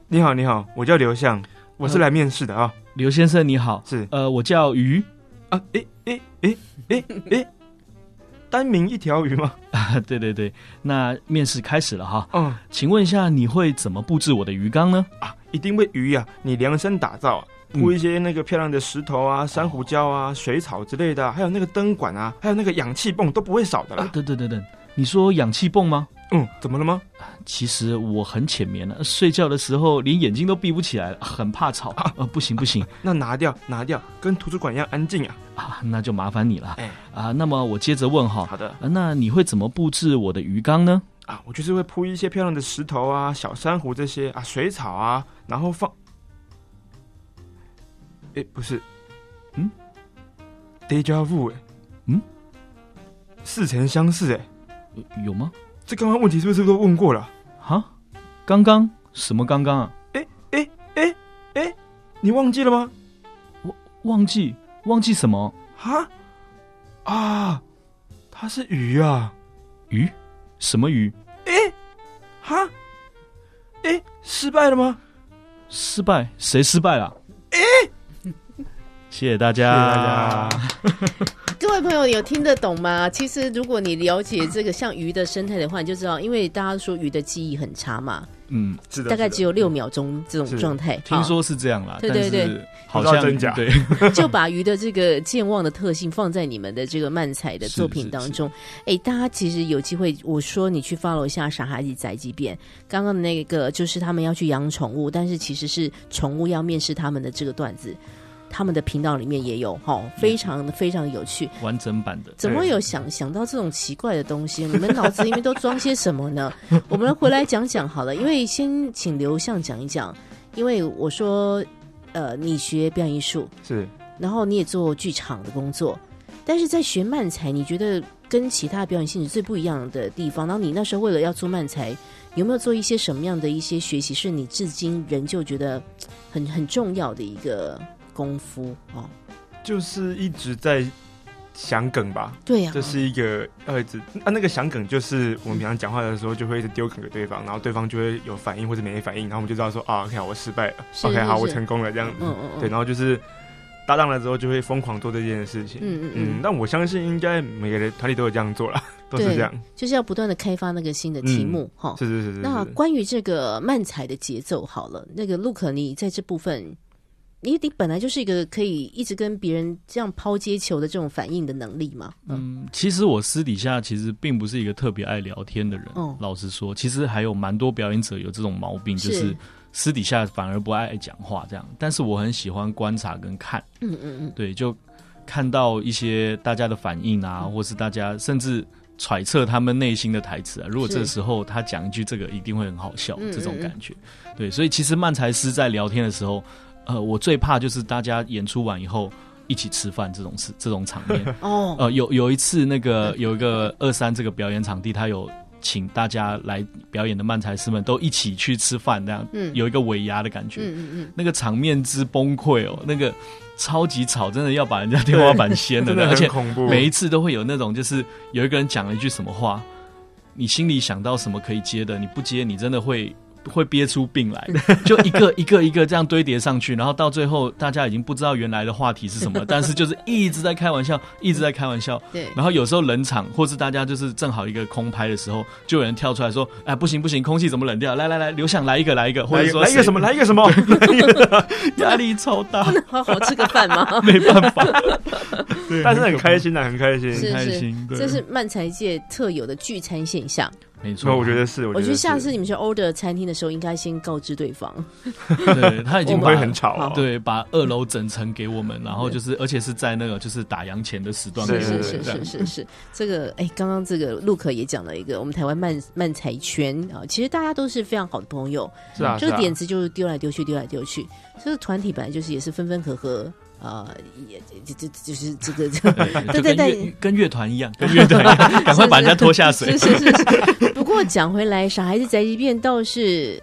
[SPEAKER 4] 你好，你好，我叫刘向，我是
[SPEAKER 1] 呃
[SPEAKER 4] 来面试的啊，
[SPEAKER 1] 刘先生你好，
[SPEAKER 4] 是
[SPEAKER 1] 呃，我叫鱼， *laughs*
[SPEAKER 4] 啊，诶诶诶诶诶，单名一条鱼吗？
[SPEAKER 1] 对对对，那面试开始了哈，
[SPEAKER 4] 嗯
[SPEAKER 1] 请问一下你会怎么布置我的鱼缸呢？
[SPEAKER 4] 啊，一定为鱼啊，你量身打造、啊。铺一些那个漂亮的石头啊、珊瑚礁啊、水草之类的啊、还有那个灯管啊，还有那个氧气泵都不会少的
[SPEAKER 1] 啊
[SPEAKER 4] 啦。
[SPEAKER 1] 等等等等，你说氧气泵吗？
[SPEAKER 4] 嗯，怎么了吗？
[SPEAKER 1] 其实我很浅眠了，睡觉的时候连眼睛都闭不起来了，很怕吵。
[SPEAKER 4] 啊
[SPEAKER 1] 呃，不行不行
[SPEAKER 4] 那拿掉，拿掉，跟图书馆一样安静啊！
[SPEAKER 1] 啊，那就麻烦你了
[SPEAKER 4] 哎。
[SPEAKER 1] 啊，那么我接着问哈，
[SPEAKER 4] 哦好的
[SPEAKER 1] 啊那你会怎么布置我的鱼缸呢？
[SPEAKER 4] 啊，我就是会铺一些漂亮的石头啊、小珊瑚这些啊、水草啊，然后放……哎，不是，嗯，deja vu，哎，
[SPEAKER 1] 嗯，
[SPEAKER 4] 似曾相识，哎，
[SPEAKER 1] 呃有吗？
[SPEAKER 4] 这刚刚问题是不是都问过了？
[SPEAKER 1] 哈，刚刚什么刚刚啊？
[SPEAKER 4] 你忘记了吗？
[SPEAKER 1] 忘记忘记什么
[SPEAKER 4] 啊啊，它是鱼啊！
[SPEAKER 1] 鱼？什么鱼？
[SPEAKER 4] 哎，哈，哎，失败了吗？
[SPEAKER 1] 失败？谁失败了？ *laughs* 谢谢大
[SPEAKER 4] 谢谢
[SPEAKER 1] 家，
[SPEAKER 4] 大家。
[SPEAKER 2] 各位朋友有听得懂吗？其实如果你了解这个像鱼的生态的话，你就知道，因为大家说鱼的记忆很差嘛，
[SPEAKER 1] 嗯，
[SPEAKER 4] *laughs* 是的，
[SPEAKER 2] 大概
[SPEAKER 4] 是的
[SPEAKER 2] 只有六秒钟这种
[SPEAKER 4] 是
[SPEAKER 2] 状态。
[SPEAKER 1] 听说是这样啦，
[SPEAKER 2] 对对
[SPEAKER 1] 但
[SPEAKER 2] 对
[SPEAKER 1] 是好
[SPEAKER 4] 不知
[SPEAKER 1] 像
[SPEAKER 4] 道真假
[SPEAKER 1] 对。 *laughs*
[SPEAKER 2] 好就把鱼的这个健忘的特性放在你们的这个漫彩的作品
[SPEAKER 1] *laughs*
[SPEAKER 2] 当中。哎，大家其实有机会，我说你去 follow 一下傻孩子宅急便。刚刚的那个就是他们要去养宠物，但是其实是宠物要面试他们的这个段子，他们的频道里面也有哈、哦，非常非常有趣。
[SPEAKER 1] 完整版的。
[SPEAKER 2] 怎么会有想想到这种奇怪的东西？你们脑子里面都装些什么呢？我们回来讲讲好了，因为先请刘向讲一讲，因为我说，呃，你学表演艺术，
[SPEAKER 4] 是
[SPEAKER 2] 然后你也做剧场的工作，但是在学漫才，你觉得跟其他表演性质最不一样的地方？然后你那时候为了要做漫才，有没有做一些什么样的一些学习，是你至今仍旧觉得很很重要的一个功夫哦？
[SPEAKER 4] 就是一直在想梗吧，
[SPEAKER 2] 对呀、
[SPEAKER 4] 这是一个要一直啊，那个想梗就是我们平常讲话的时候就会一直丢梗给对方，然后对方就会有反应或者没反应，然后我们就知道说啊，OK，好我失败了
[SPEAKER 2] 是
[SPEAKER 4] ，OK，好，
[SPEAKER 2] 是
[SPEAKER 4] 我成功了这样子。
[SPEAKER 2] 嗯嗯嗯，
[SPEAKER 4] 对，然后就是搭档了之后就会疯狂做这件事情。
[SPEAKER 2] 嗯嗯
[SPEAKER 4] 嗯
[SPEAKER 2] 嗯，，
[SPEAKER 4] 但我相信应该每个人团体都有这样做了， *laughs* 都是
[SPEAKER 2] 对
[SPEAKER 4] 这样。
[SPEAKER 2] 就是要不断的开发那个新的题目哈、
[SPEAKER 4] 是是是是
[SPEAKER 2] 那
[SPEAKER 4] 是。
[SPEAKER 2] 关于这个漫才的节奏，好了，那个 Look，你在这部分，你你本来就是一个可以一直跟别人这样抛接球的这种反应的能力嘛？嗯，
[SPEAKER 1] 嗯，其实我私底下其实并不是一个特别爱聊天的人。
[SPEAKER 2] 哦
[SPEAKER 1] 老实说，其实还有蛮多表演者有这种毛病，就是私底下反而不爱讲话这样。但是我很喜欢观察跟看，
[SPEAKER 2] 嗯嗯嗯，
[SPEAKER 1] 对，就看到一些大家的反应啊，
[SPEAKER 2] 嗯
[SPEAKER 1] 或是大家甚至揣测他们内心的台词啊。如果
[SPEAKER 2] 是
[SPEAKER 1] 这时候他讲一句这个，一定会很好笑，
[SPEAKER 2] 嗯
[SPEAKER 1] 这种
[SPEAKER 2] 嗯嗯
[SPEAKER 1] 感觉。对，所以其实漫才师在聊天的时候，呃，我最怕就是大家演出完以后一起吃饭这种事，这种场面。
[SPEAKER 2] 哦，
[SPEAKER 1] 呃，有有一次那个有一个二三这个表演场地，它有请大家来表演的漫才师们都一起去吃饭，这样
[SPEAKER 2] 嗯
[SPEAKER 1] 有一个尾牙的感觉。
[SPEAKER 2] 嗯嗯
[SPEAKER 1] 那个场面之崩溃哦，那个超级吵，真的要把人家天花板掀了
[SPEAKER 4] *laughs* 真
[SPEAKER 1] 呢，
[SPEAKER 4] 的
[SPEAKER 1] 而
[SPEAKER 4] 很
[SPEAKER 1] 且
[SPEAKER 4] 恐怖。
[SPEAKER 1] 每一次都会有那种，就是有一个人讲了一句什么话，你心里想到什么可以接的，你不接，你真的会会憋出病来的。
[SPEAKER 4] 嗯
[SPEAKER 1] 就一个一个一个这样堆叠上去，然后到最后大家已经不知道原来的话题是什
[SPEAKER 4] *laughs*
[SPEAKER 1] 么，但是就是一直在开玩笑，一直在开玩笑。
[SPEAKER 2] 嗯，对，
[SPEAKER 1] 然后有时候冷场，或是大家就是正好一个空拍的时候，就有人跳出来说：“哎，不行不行，空气怎么冷掉？来来来，刘想来一个，来一个，或
[SPEAKER 4] 来
[SPEAKER 1] 者
[SPEAKER 4] 一个
[SPEAKER 1] 说
[SPEAKER 4] 来一个什么，来一个什么，
[SPEAKER 1] *laughs* 压力超大，
[SPEAKER 4] *laughs*
[SPEAKER 2] 好好吃个饭 *laughs* 嘛。
[SPEAKER 1] 没办法，
[SPEAKER 4] 但是很开心的，很开
[SPEAKER 2] 是
[SPEAKER 4] 心。
[SPEAKER 1] 很开心。对
[SPEAKER 2] 这是漫才界特有的聚餐现象。
[SPEAKER 1] 没
[SPEAKER 4] 所以
[SPEAKER 1] 错，
[SPEAKER 4] 我觉得是，
[SPEAKER 2] 我觉
[SPEAKER 4] 觉
[SPEAKER 2] 得
[SPEAKER 4] 得
[SPEAKER 2] 下次
[SPEAKER 4] 是
[SPEAKER 2] 你们去 order 餐厅的时候，应该先告知对方。
[SPEAKER 1] 对他已经
[SPEAKER 2] 我
[SPEAKER 1] 把
[SPEAKER 4] 会很吵哦。
[SPEAKER 1] 对把二楼整层给我们，然后就是而且是在那个就是打烊前的时段给我
[SPEAKER 2] 是
[SPEAKER 1] 们，
[SPEAKER 2] 是
[SPEAKER 4] 对
[SPEAKER 2] 是
[SPEAKER 1] 这样
[SPEAKER 2] 是是是，这个哎，刚刚这个陆可也讲了一个，我们台湾漫漫才圈啊，其实大家都是非常好的朋友，
[SPEAKER 4] 是啊，
[SPEAKER 2] 这个
[SPEAKER 4] 是啊
[SPEAKER 2] 点子就是丢来丢去，丢来丢去。这个团体本来就是也是分分合合，呃，也这这就是这
[SPEAKER 1] *laughs*
[SPEAKER 2] 个，
[SPEAKER 1] 就
[SPEAKER 2] 对对
[SPEAKER 1] 跟
[SPEAKER 2] 对
[SPEAKER 1] 乐。跟乐团
[SPEAKER 2] *laughs*
[SPEAKER 1] 一样，跟乐团一样，赶快把人家拖下水
[SPEAKER 2] 是。是是是。不过讲回来，傻孩子宅急便倒是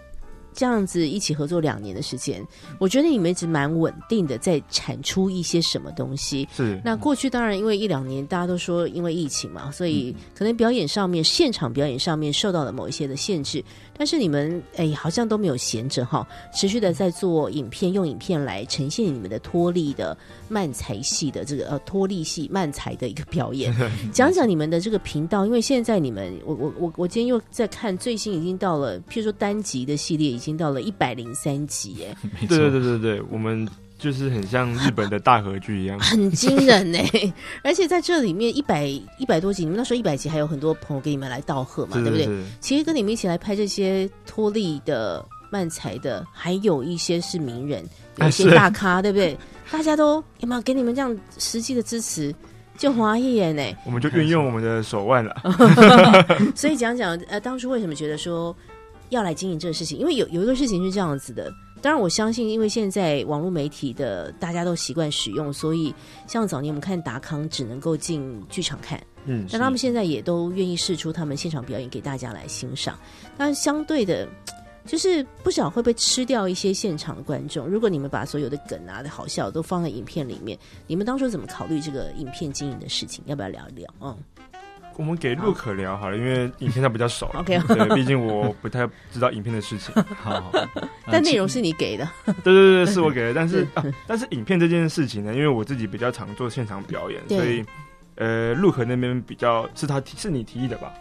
[SPEAKER 2] 这样子一起合作两年的时间，我觉得你们一直蛮稳定的，在产出一些什么东西。
[SPEAKER 4] 是
[SPEAKER 2] 那过去当然因为一两年大家都说因为疫情嘛，所以可能表演上面、现场表演上面受到了某一些的限制，但是你们哎好像都没有闲着哈，持续的在做影片，用影片来呈现你们的脱力的漫才系的这个呃脱力系漫才的一个表演，讲讲你们的这个频道，因为现在你们我我我我今天又在看最新已经到了，譬如说单集的系列已经到了一百零三集，哎，。
[SPEAKER 1] *laughs* 没错
[SPEAKER 4] 对对对对对，我们就是很像日本的大和剧一样
[SPEAKER 2] *laughs* 很惊人呢、 *laughs* 而且在这里面一百一百多集，你们那时候一百集还有很多朋友给你们来道贺嘛，
[SPEAKER 4] 是
[SPEAKER 2] 对不对？
[SPEAKER 4] 是是，
[SPEAKER 2] 其实跟你们一起来拍这些脱力的、漫才的，还有一些是名人，有一些
[SPEAKER 4] 哎是
[SPEAKER 2] 大咖，对不对？大家都有没有给你们这样实际的支持？就华裔耶呢，
[SPEAKER 4] 我们就运用我们的手腕
[SPEAKER 2] 嗯
[SPEAKER 4] 了。
[SPEAKER 2] 所以讲讲呃，当初为什么觉得说要来经营这个事情？因为有有一个事情是这样子的，当然我相信，因为现在网络媒体的大家都习惯使用，所以像早年我们看达康只能够进剧场看，
[SPEAKER 4] 嗯，
[SPEAKER 2] 但他们现在也都愿意试出他们现场表演给大家来欣赏。但相对的，就是不少会被吃掉一些现场的观众。如果你们把所有的梗啊、的好笑都放在影片里面，你们当初怎么考虑这个影片经营的事情？要不要聊一聊？嗯，
[SPEAKER 4] 我们给陆可聊好了，因为影片他比较熟
[SPEAKER 2] *laughs* OK
[SPEAKER 4] 对，毕竟我不太知道影片的事情。
[SPEAKER 1] 好，好
[SPEAKER 2] *laughs*
[SPEAKER 1] 好
[SPEAKER 2] 但内
[SPEAKER 1] 其
[SPEAKER 2] 容是你给的，
[SPEAKER 4] 对对对，是我给的，但是啊，但是影片这件事情呢，因为我自己比较常做现场表演，
[SPEAKER 2] 对
[SPEAKER 4] 所以呃，陆可那边比较是他提是你提议的吧？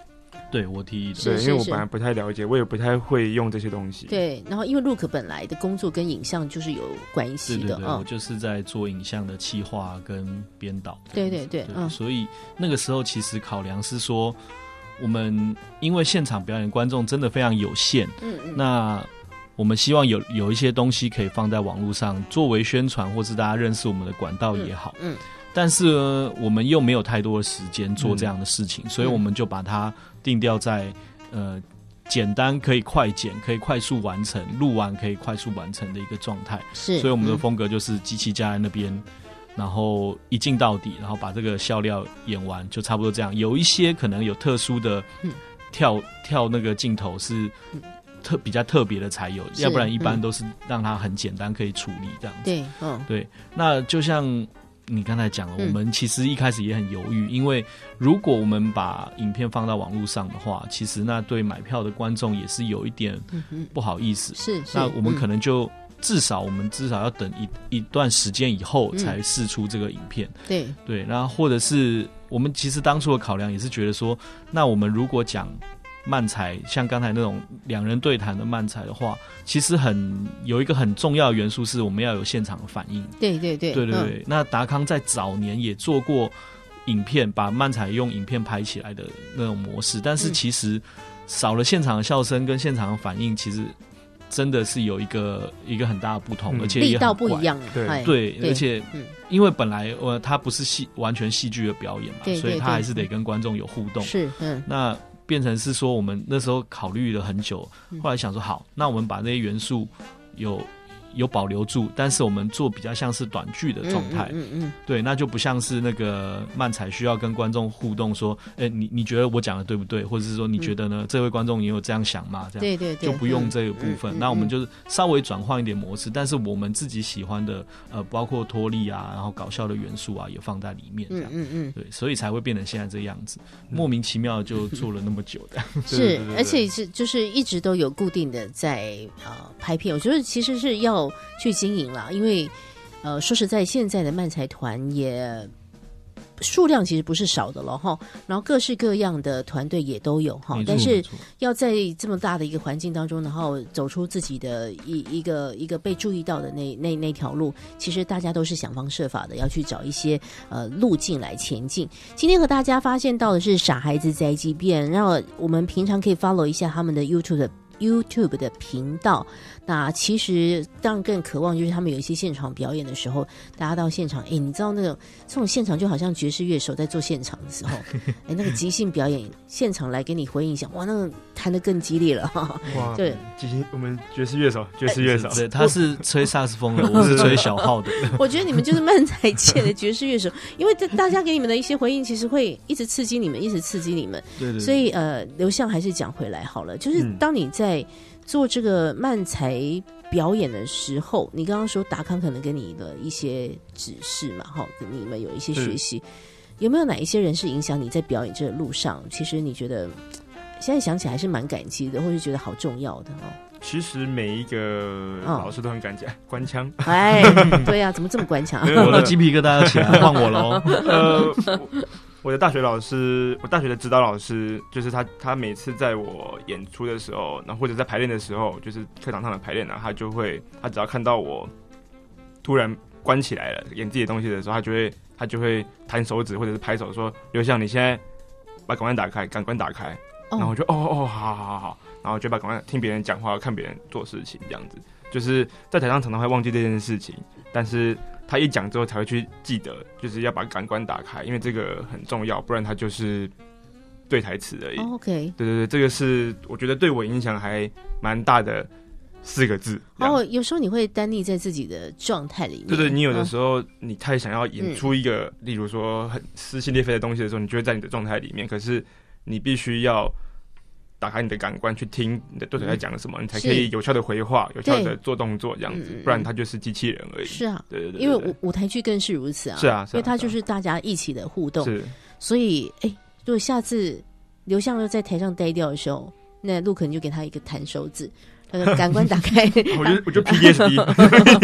[SPEAKER 1] 对我提议的，
[SPEAKER 2] 是
[SPEAKER 4] 对，因为我
[SPEAKER 2] 是
[SPEAKER 4] 本来不太了解，我也不太会用这些东西。，
[SPEAKER 2] 对。然后因为 Look 本来的工作跟影像就是有关
[SPEAKER 1] 对
[SPEAKER 2] 系
[SPEAKER 1] 对
[SPEAKER 2] 的，
[SPEAKER 1] 对，我
[SPEAKER 2] 嗯，
[SPEAKER 1] 就是在做影像的企划跟编导这
[SPEAKER 2] 对
[SPEAKER 1] 样子。
[SPEAKER 2] 对对嗯
[SPEAKER 1] 所以那个时候其实考量是说，我们因为现场表演观众真的非常有限，
[SPEAKER 2] 嗯嗯，
[SPEAKER 1] 那我们希望有有一些东西可以放在网络上作为宣传，或是大家认识我们的管道也好。
[SPEAKER 2] 嗯，
[SPEAKER 1] 但是呢，我们又没有太多的时间做这样的事
[SPEAKER 2] 嗯
[SPEAKER 1] 情，所以我们就把它定调在呃简单可以快剪、可以快速完成、录完可以快速完成的一个状态。
[SPEAKER 2] 是。
[SPEAKER 1] 所以我们的
[SPEAKER 2] 嗯
[SPEAKER 1] 风格就是机器加在那边，然后一镜到底，然后把这个笑料演完，就差不多这样。有一些可能有特殊的
[SPEAKER 2] 嗯
[SPEAKER 1] 跳、跳那个镜头是
[SPEAKER 2] 嗯
[SPEAKER 1] 特比较特别的才有，
[SPEAKER 2] 是
[SPEAKER 1] 要不然一般
[SPEAKER 2] 嗯
[SPEAKER 1] 都是让它很简单可以处理这样子。
[SPEAKER 2] 对，嗯，
[SPEAKER 1] 那就像。你刚才讲了，
[SPEAKER 2] 嗯
[SPEAKER 1] 我们其实一开始也很犹豫，因为如果我们把影片放到网络上的话，其实那对买票的观众也是有一点
[SPEAKER 2] 嗯嗯，
[SPEAKER 1] 不好意思，
[SPEAKER 2] 是是。
[SPEAKER 1] 那我们
[SPEAKER 2] 嗯
[SPEAKER 1] 可能就至少我们至少要等一一段时间以后
[SPEAKER 2] 嗯
[SPEAKER 1] 才试出这个影片，
[SPEAKER 2] 对
[SPEAKER 1] 对，然后或者是我们其实当初的考量也是觉得说，那我们如果讲漫才，像刚才那种两人对谈的漫才的话，其实很有一个很重要的元素是我们要有现场的反应，
[SPEAKER 2] 对对对，
[SPEAKER 1] 对对
[SPEAKER 2] 嗯
[SPEAKER 1] 对。那达康在早年也做过影片，把漫才用影片拍起来的那种模式，但是
[SPEAKER 2] 嗯
[SPEAKER 1] 其实少了现场的笑声跟现场的反应，其实真的是有一个一个很大的不同，
[SPEAKER 4] 嗯
[SPEAKER 1] 而且也
[SPEAKER 2] 力
[SPEAKER 1] 很
[SPEAKER 2] 道不
[SPEAKER 1] 怪
[SPEAKER 2] 一。样啊，
[SPEAKER 4] 对
[SPEAKER 2] 哎
[SPEAKER 1] 对，
[SPEAKER 2] 对
[SPEAKER 1] 而且
[SPEAKER 2] 嗯
[SPEAKER 1] 因为本来呃，它不是戏完全戏剧的表演嘛，
[SPEAKER 2] 对
[SPEAKER 1] 所以
[SPEAKER 2] 对
[SPEAKER 1] 它
[SPEAKER 2] 对嗯
[SPEAKER 1] 还是得跟观众有互动。
[SPEAKER 2] 是嗯
[SPEAKER 1] 那变成是说，我们那时候考虑了很久
[SPEAKER 2] 嗯，
[SPEAKER 1] 后来想说，好，那我们把这些元素有有保留住，但是我们做比较像是短剧的状态，
[SPEAKER 2] 嗯嗯嗯
[SPEAKER 1] 对，那就不像是那个漫才需要跟观众互动说，哎、你你觉得我讲的对不对，或者是说你觉得呢，这位观众也有这样想吗？这
[SPEAKER 2] 嗯，
[SPEAKER 1] 样
[SPEAKER 2] 对嗯对对，
[SPEAKER 1] 就不用这个部
[SPEAKER 2] 嗯
[SPEAKER 1] 分，
[SPEAKER 2] 嗯嗯
[SPEAKER 1] 那我们
[SPEAKER 2] 嗯
[SPEAKER 1] 就是稍微转换一点模式，但是我们自己喜欢的，呃，包括脱力啊，然后搞笑的元素啊，也放在里面，这
[SPEAKER 2] 嗯
[SPEAKER 1] 样。
[SPEAKER 2] 嗯嗯
[SPEAKER 1] 对，所以才会变成现在这个样子，莫名其妙就做了那么久的。
[SPEAKER 2] 嗯，是
[SPEAKER 4] 对对，对
[SPEAKER 2] 而且是就是一直都有固定的在呃拍片，我觉得其实是要去经营啦，因为呃说实在，现在的漫才团也。数量其实不是少的了哈，然后各式各样的团队也都有哈
[SPEAKER 1] 没，错
[SPEAKER 2] 但是
[SPEAKER 1] 没错
[SPEAKER 2] 要在这么大的一个环境当中，然后走出自己的一一个一个被注意到的那那那条路，其实大家都是想方设法的要去找一些呃路径来前进。今天和大家发现到的是傻孩子宅急便，然后我们平常可以 follow 一下他们的 YouTube 的 YouTube 的频道。那其实当然更渴望就是他们有一些现场表演的时候，大家到现场，哎，你知道那种这种现场就好像爵士乐手在做现场的时候，哎，那个即兴表演现场来给你回应一下，哇，那个弹的更激烈了 *laughs* 哈哈。
[SPEAKER 4] 哇，
[SPEAKER 2] 对，
[SPEAKER 4] 即兴我们爵士乐手，爵
[SPEAKER 2] *laughs*
[SPEAKER 4] 士乐手，
[SPEAKER 1] 对，他是吹萨克斯风的，我是吹小号的。
[SPEAKER 2] 我觉得你们就是漫才界的爵士乐手， *laughs* 因为这大家给你们的一些回应，其实会一直刺激你们，一直刺激你们。
[SPEAKER 1] 对对对，
[SPEAKER 2] 所以呃，刘向还是讲回来好了，就是
[SPEAKER 4] 嗯
[SPEAKER 2] 当你在做这个漫才表演的时候，你刚刚说达康可能给你的一些指示嘛，哈，跟你们有一些学习，有没有哪一些人是影响你在表演这个路上？其实你觉得现在想起来是蛮感激的，或是觉得好重要的哦。
[SPEAKER 4] 其实每一个老师都很敢讲 *laughs* 官腔。
[SPEAKER 2] 哎，对呀、怎么这么官腔啊
[SPEAKER 4] 没？有
[SPEAKER 1] 我的鸡皮疙瘩要起来，换我喽。
[SPEAKER 2] *laughs*
[SPEAKER 4] 呃，我我的大学老师，我大学的指导老师，就是他，他每次在我演出的时候，然后或者在排练的时候，就是课堂上的排练啊，他就会，他只要看到我突然关起来了，演自己的东西的时候，他就会，他就会弹手指或者是拍手说：“刘翔，你现在把感官打开，感官打开。”
[SPEAKER 2] 哦
[SPEAKER 4] 然后我就哦哦，好好好好，然后就把感官听别人讲话，看别人做事情，这样子，就是在台上常常会忘记这件事情，但是他一讲之后才会去记得，就是要把感官打开，因为这个很重要，不然他就是对台词而已。
[SPEAKER 2] 哦 OK，
[SPEAKER 4] 对对对，这个是我觉得对我影响还蛮大的四个字。这
[SPEAKER 2] 然
[SPEAKER 4] 样
[SPEAKER 2] 后有时候你会单立在自己的状态里面，
[SPEAKER 4] 对对，你有的
[SPEAKER 2] 嗯
[SPEAKER 4] 时候你太想要演出一个，例如说很撕心裂肺的东西的时候，你就会在你的状态里面，可是你必须要打开你的感官去听你的对手在讲什么，你才可以
[SPEAKER 2] 是
[SPEAKER 4] 有效的回话，有效
[SPEAKER 2] 对
[SPEAKER 4] 的做动作这样子
[SPEAKER 2] 嗯嗯嗯，
[SPEAKER 4] 不然他就是机器人而已。
[SPEAKER 2] 是啊。
[SPEAKER 4] 对对对对，
[SPEAKER 2] 因为
[SPEAKER 4] 对
[SPEAKER 2] 舞舞台剧更是如此啊，
[SPEAKER 4] 是啊是
[SPEAKER 2] 因
[SPEAKER 4] 啊
[SPEAKER 2] 为它
[SPEAKER 4] 是啊
[SPEAKER 2] 就是大家一起的互动，
[SPEAKER 4] 是
[SPEAKER 2] 所以，哎，如果下次刘向又在台上呆掉的时候，那陆可能就给他一个弹手指，他说感官打开，
[SPEAKER 4] *laughs* 我就我就 PTSD。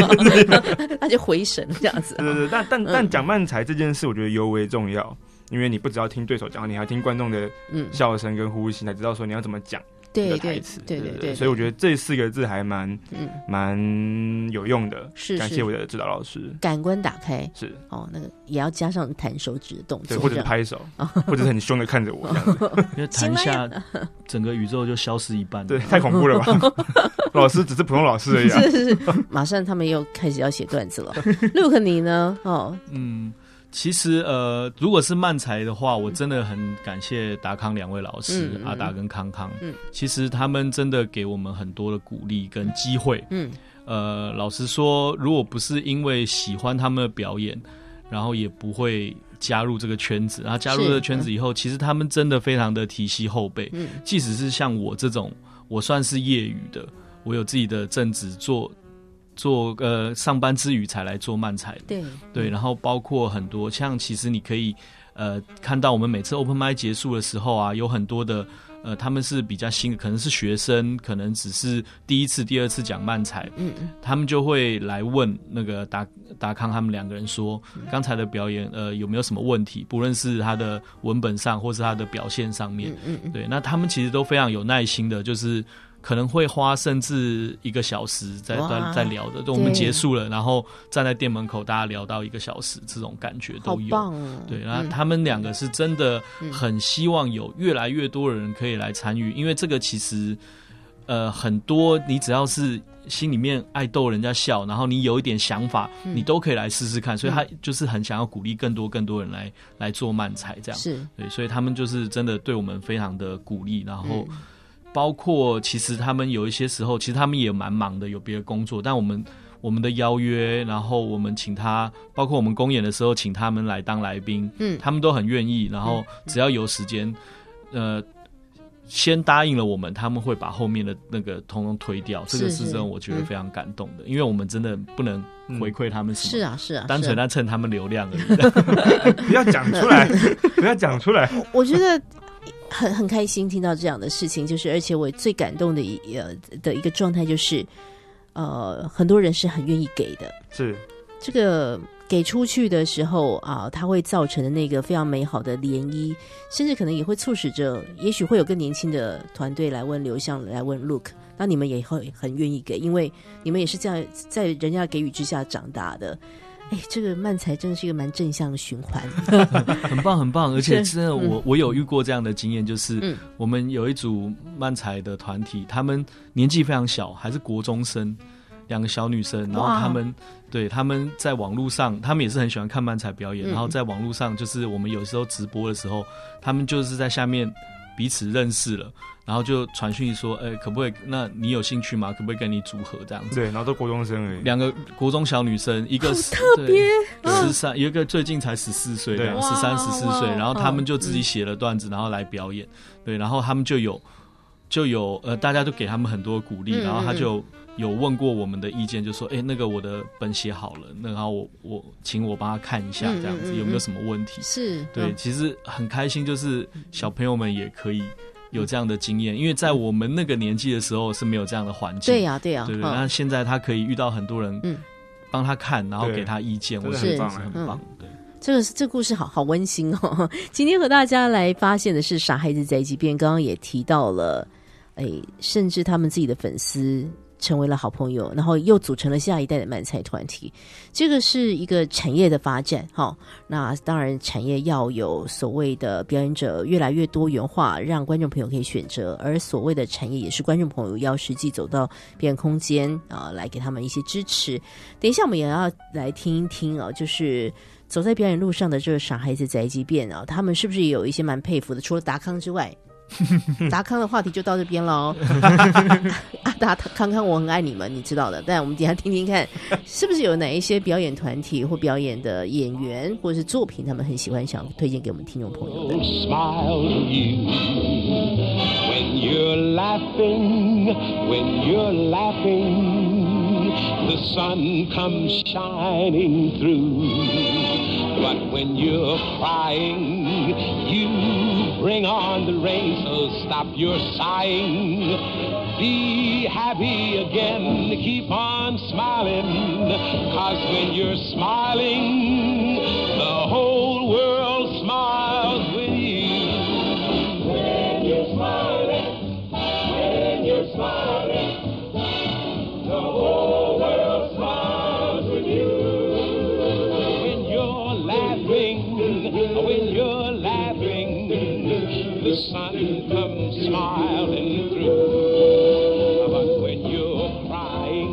[SPEAKER 2] *laughs* 他就回神这样子。
[SPEAKER 4] 对对对，但但但讲慢才这件事，我觉得尤为重要，因为你不只要听对手讲话，你还要听观众的
[SPEAKER 2] 嗯，
[SPEAKER 4] 笑声跟呼吸，才知道说你要怎么讲你
[SPEAKER 2] 对
[SPEAKER 4] 的
[SPEAKER 2] 对
[SPEAKER 4] 台词。
[SPEAKER 2] 对
[SPEAKER 4] 对
[SPEAKER 2] 对，
[SPEAKER 4] 所以我觉得这四个字还蛮
[SPEAKER 2] 得，嗯，
[SPEAKER 4] 蛮有用的，
[SPEAKER 2] 是
[SPEAKER 4] 感
[SPEAKER 2] 是
[SPEAKER 4] 谢我的指导老师，
[SPEAKER 2] 感官打开
[SPEAKER 4] 是
[SPEAKER 2] 哦，那个也要加上弹手指的动
[SPEAKER 4] 对，
[SPEAKER 2] 作，
[SPEAKER 4] 或
[SPEAKER 2] 这
[SPEAKER 4] 者是
[SPEAKER 2] 样哦
[SPEAKER 4] 拍手，或者是很凶的看着我，这样子，
[SPEAKER 1] 因为谈一
[SPEAKER 2] 行
[SPEAKER 1] 下
[SPEAKER 2] 了，
[SPEAKER 1] 整个宇宙就消失一半。
[SPEAKER 4] 对，太恐怖了吧？ *laughs* 老师只是普通老师而已啊，
[SPEAKER 2] 是是是，马上他们又开始要写段子了。 *laughs* 陆可你呢？哦，
[SPEAKER 1] 嗯，其实呃，如果是漫才的话，我真的很感谢达康两位老师、
[SPEAKER 2] 嗯嗯
[SPEAKER 1] 阿达跟康康。
[SPEAKER 2] 嗯
[SPEAKER 1] 其实他们真的给我们很多的鼓励跟机会。
[SPEAKER 2] 嗯，
[SPEAKER 1] 呃，老实说，如果不是因为喜欢他们的表演，然后也不会加入这个圈子。然后加入
[SPEAKER 2] 是
[SPEAKER 1] 这个圈子以后，其实他们真的非常的提携后辈。
[SPEAKER 2] 嗯
[SPEAKER 1] 即使是像我这种，我算是业余的，我有自己的正职做，做呃上班之余才来做漫才的。
[SPEAKER 2] 对
[SPEAKER 1] 对，然后包括很多像，其实你可以呃看到我们每次 open mic 结束的时候啊，有很多的呃他们是比较新的，可能是学生，可能只是第一次、第二次讲漫才，
[SPEAKER 2] 嗯嗯
[SPEAKER 1] 他们就会来问那个达达康他们两个人说，刚才的表演呃有没有什么问题？不论是他的文本上，或是他的表现上面
[SPEAKER 2] 嗯，嗯嗯，
[SPEAKER 1] 对，那他们其实都非常有耐心的，就是可能会花甚至一个小时在
[SPEAKER 2] 哇
[SPEAKER 1] 在在聊的。就我们
[SPEAKER 2] 对
[SPEAKER 1] 结束了，然后站在店门口，大家聊到一个小时，这种感觉
[SPEAKER 2] 好
[SPEAKER 1] 都有。
[SPEAKER 2] 棒哦。
[SPEAKER 1] 对，那
[SPEAKER 2] 嗯
[SPEAKER 1] 他们两个是真的
[SPEAKER 2] 嗯
[SPEAKER 1] 很希望有越来越多人可以来参与，因为这个其实，呃，很多你只要是心里面爱逗人家笑，然后你有一点想法，
[SPEAKER 2] 嗯
[SPEAKER 1] 你都可以来试试看。所以
[SPEAKER 2] 嗯
[SPEAKER 1] 他就是很想要鼓励更多更多人来来做漫才这样。
[SPEAKER 2] 是
[SPEAKER 1] 对，所以他们就是真的对我们非常的鼓励，然后
[SPEAKER 2] 嗯
[SPEAKER 1] 包括其实他们有一些时候，其实他们也蛮忙的，有别的工作，但我们我们的邀约，然后我们请他，包括我们公演的时候请他们来当来宾，
[SPEAKER 2] 嗯，
[SPEAKER 1] 他们都很愿意。然后只要有时间，呃，先答应了我们，他们会把后面的那个通通推掉。这个
[SPEAKER 2] 是
[SPEAKER 1] 是
[SPEAKER 2] 是
[SPEAKER 1] 真的，我觉得
[SPEAKER 2] 嗯
[SPEAKER 1] 非常感动的，因为我们真的不能
[SPEAKER 4] 嗯
[SPEAKER 1] 回馈他们什么，
[SPEAKER 2] 是啊是啊，
[SPEAKER 1] 单
[SPEAKER 2] 是
[SPEAKER 1] 纯在
[SPEAKER 2] 啊
[SPEAKER 1] 蹭他们流量而已。
[SPEAKER 4] 不要讲
[SPEAKER 2] *laughs*
[SPEAKER 4] 出来，不要讲出来。
[SPEAKER 2] 我觉得很很开心听到这样的事情，就是而且我最感动的一呃的一个状态就是，呃，很多人是很愿意给的。
[SPEAKER 4] 是，
[SPEAKER 2] 这个给出去的时候啊、它会造成的那个非常美好的涟漪，甚至可能也会促使着，也许会有更年轻的团队来问刘向，来问 Look，那你们也会很愿意给，因为你们也是在在人家给予之下长大的。哎，这个漫才真的是一个蛮正向的循
[SPEAKER 1] *laughs*
[SPEAKER 2] 环。
[SPEAKER 1] 很棒，很棒，而且真的，
[SPEAKER 2] 嗯
[SPEAKER 1] 我我有遇过这样的经验，就是、
[SPEAKER 2] 嗯
[SPEAKER 1] 我们有一组漫才的团体，他们年纪非常小，还是国中生，两个小女生，然后
[SPEAKER 2] 哇
[SPEAKER 1] 他们对他们在网络上，他们也是很喜欢看漫才表演，
[SPEAKER 2] 嗯
[SPEAKER 1] 然后在网络上，就是我们有时候直播的时候，他们就是在下面彼此认识了，然后就传讯说，呃，可不可以？那你有兴趣吗？可不可以跟你组合这样子？
[SPEAKER 4] 对，然后都国中生而已。
[SPEAKER 1] 两个国中小女生，一个特
[SPEAKER 2] 别嗯
[SPEAKER 1] 十三，有一个最近才十四岁，
[SPEAKER 4] 对
[SPEAKER 1] 对，
[SPEAKER 4] 哇
[SPEAKER 1] 十三十四岁，
[SPEAKER 2] 哇
[SPEAKER 1] 然后他们就自己写了段子，然后来表演，对，然后他们就有就有呃，大家都给他们很多鼓励，
[SPEAKER 2] 嗯
[SPEAKER 1] 然后他就有问过我们的意见，就说，哎，那个我的本写好了，那然后我我请我帮他看一下，
[SPEAKER 2] 嗯
[SPEAKER 1] 这样
[SPEAKER 2] 嗯
[SPEAKER 1] 子
[SPEAKER 2] 嗯
[SPEAKER 1] 有没有什么问题？
[SPEAKER 2] 是，
[SPEAKER 1] 对，其实很开心，就是小朋友们也可以有这样的经验，因为在我们那个年纪的时候是没有这样的环境
[SPEAKER 2] 对，呀、对呀、
[SPEAKER 1] 对对，
[SPEAKER 2] 嗯
[SPEAKER 1] 那现在他可以遇到很多
[SPEAKER 2] 嗯
[SPEAKER 1] 人，帮他看，然后给他意见，
[SPEAKER 4] 对
[SPEAKER 1] 我觉
[SPEAKER 2] 真的
[SPEAKER 1] 得
[SPEAKER 4] 很棒
[SPEAKER 1] 很
[SPEAKER 2] 哎
[SPEAKER 1] 棒。对，
[SPEAKER 2] 这个是这故事好好温馨哦。 *laughs* 今天和大家来发现的是《傻孩子在一起变》，刚刚也提到了，哎，甚至他们自己的粉丝成为了好朋友，然后又组成了下一代的漫才团体。这个是一个产业的发展，哈、那当然产业要有所谓的表演者越来越多元化，让观众朋友可以选择，而所谓的产业也是观众朋友要实际走到表演空间啊、来给他们一些支持。等一下我们也要来听一听哦，就是。走在表演路上的这个傻孩子宅急便啊，他们是不是也有一些蛮佩服的？除了达康之外，达康的话题就到这边喽。啊，达康康，我很爱你们，你知道的。但我们等一下听听看，是不是有哪一些表演团体或表演的演员或者是作品，他们很喜欢，想推荐给我们听众朋友的
[SPEAKER 6] Oh,？smile you when you're laughing, when you're laughing, the sun comes shining through. But when you're crying, you bring on the rain, so stop your sighing. Be happy again, keep on smiling, cause when you're smiling, the whole world smiles with you. When you're smiling, when you're smiling, the whole world smiles with you. When you're laughing, when you're laughing, the sun comes smiling through. But when you're crying,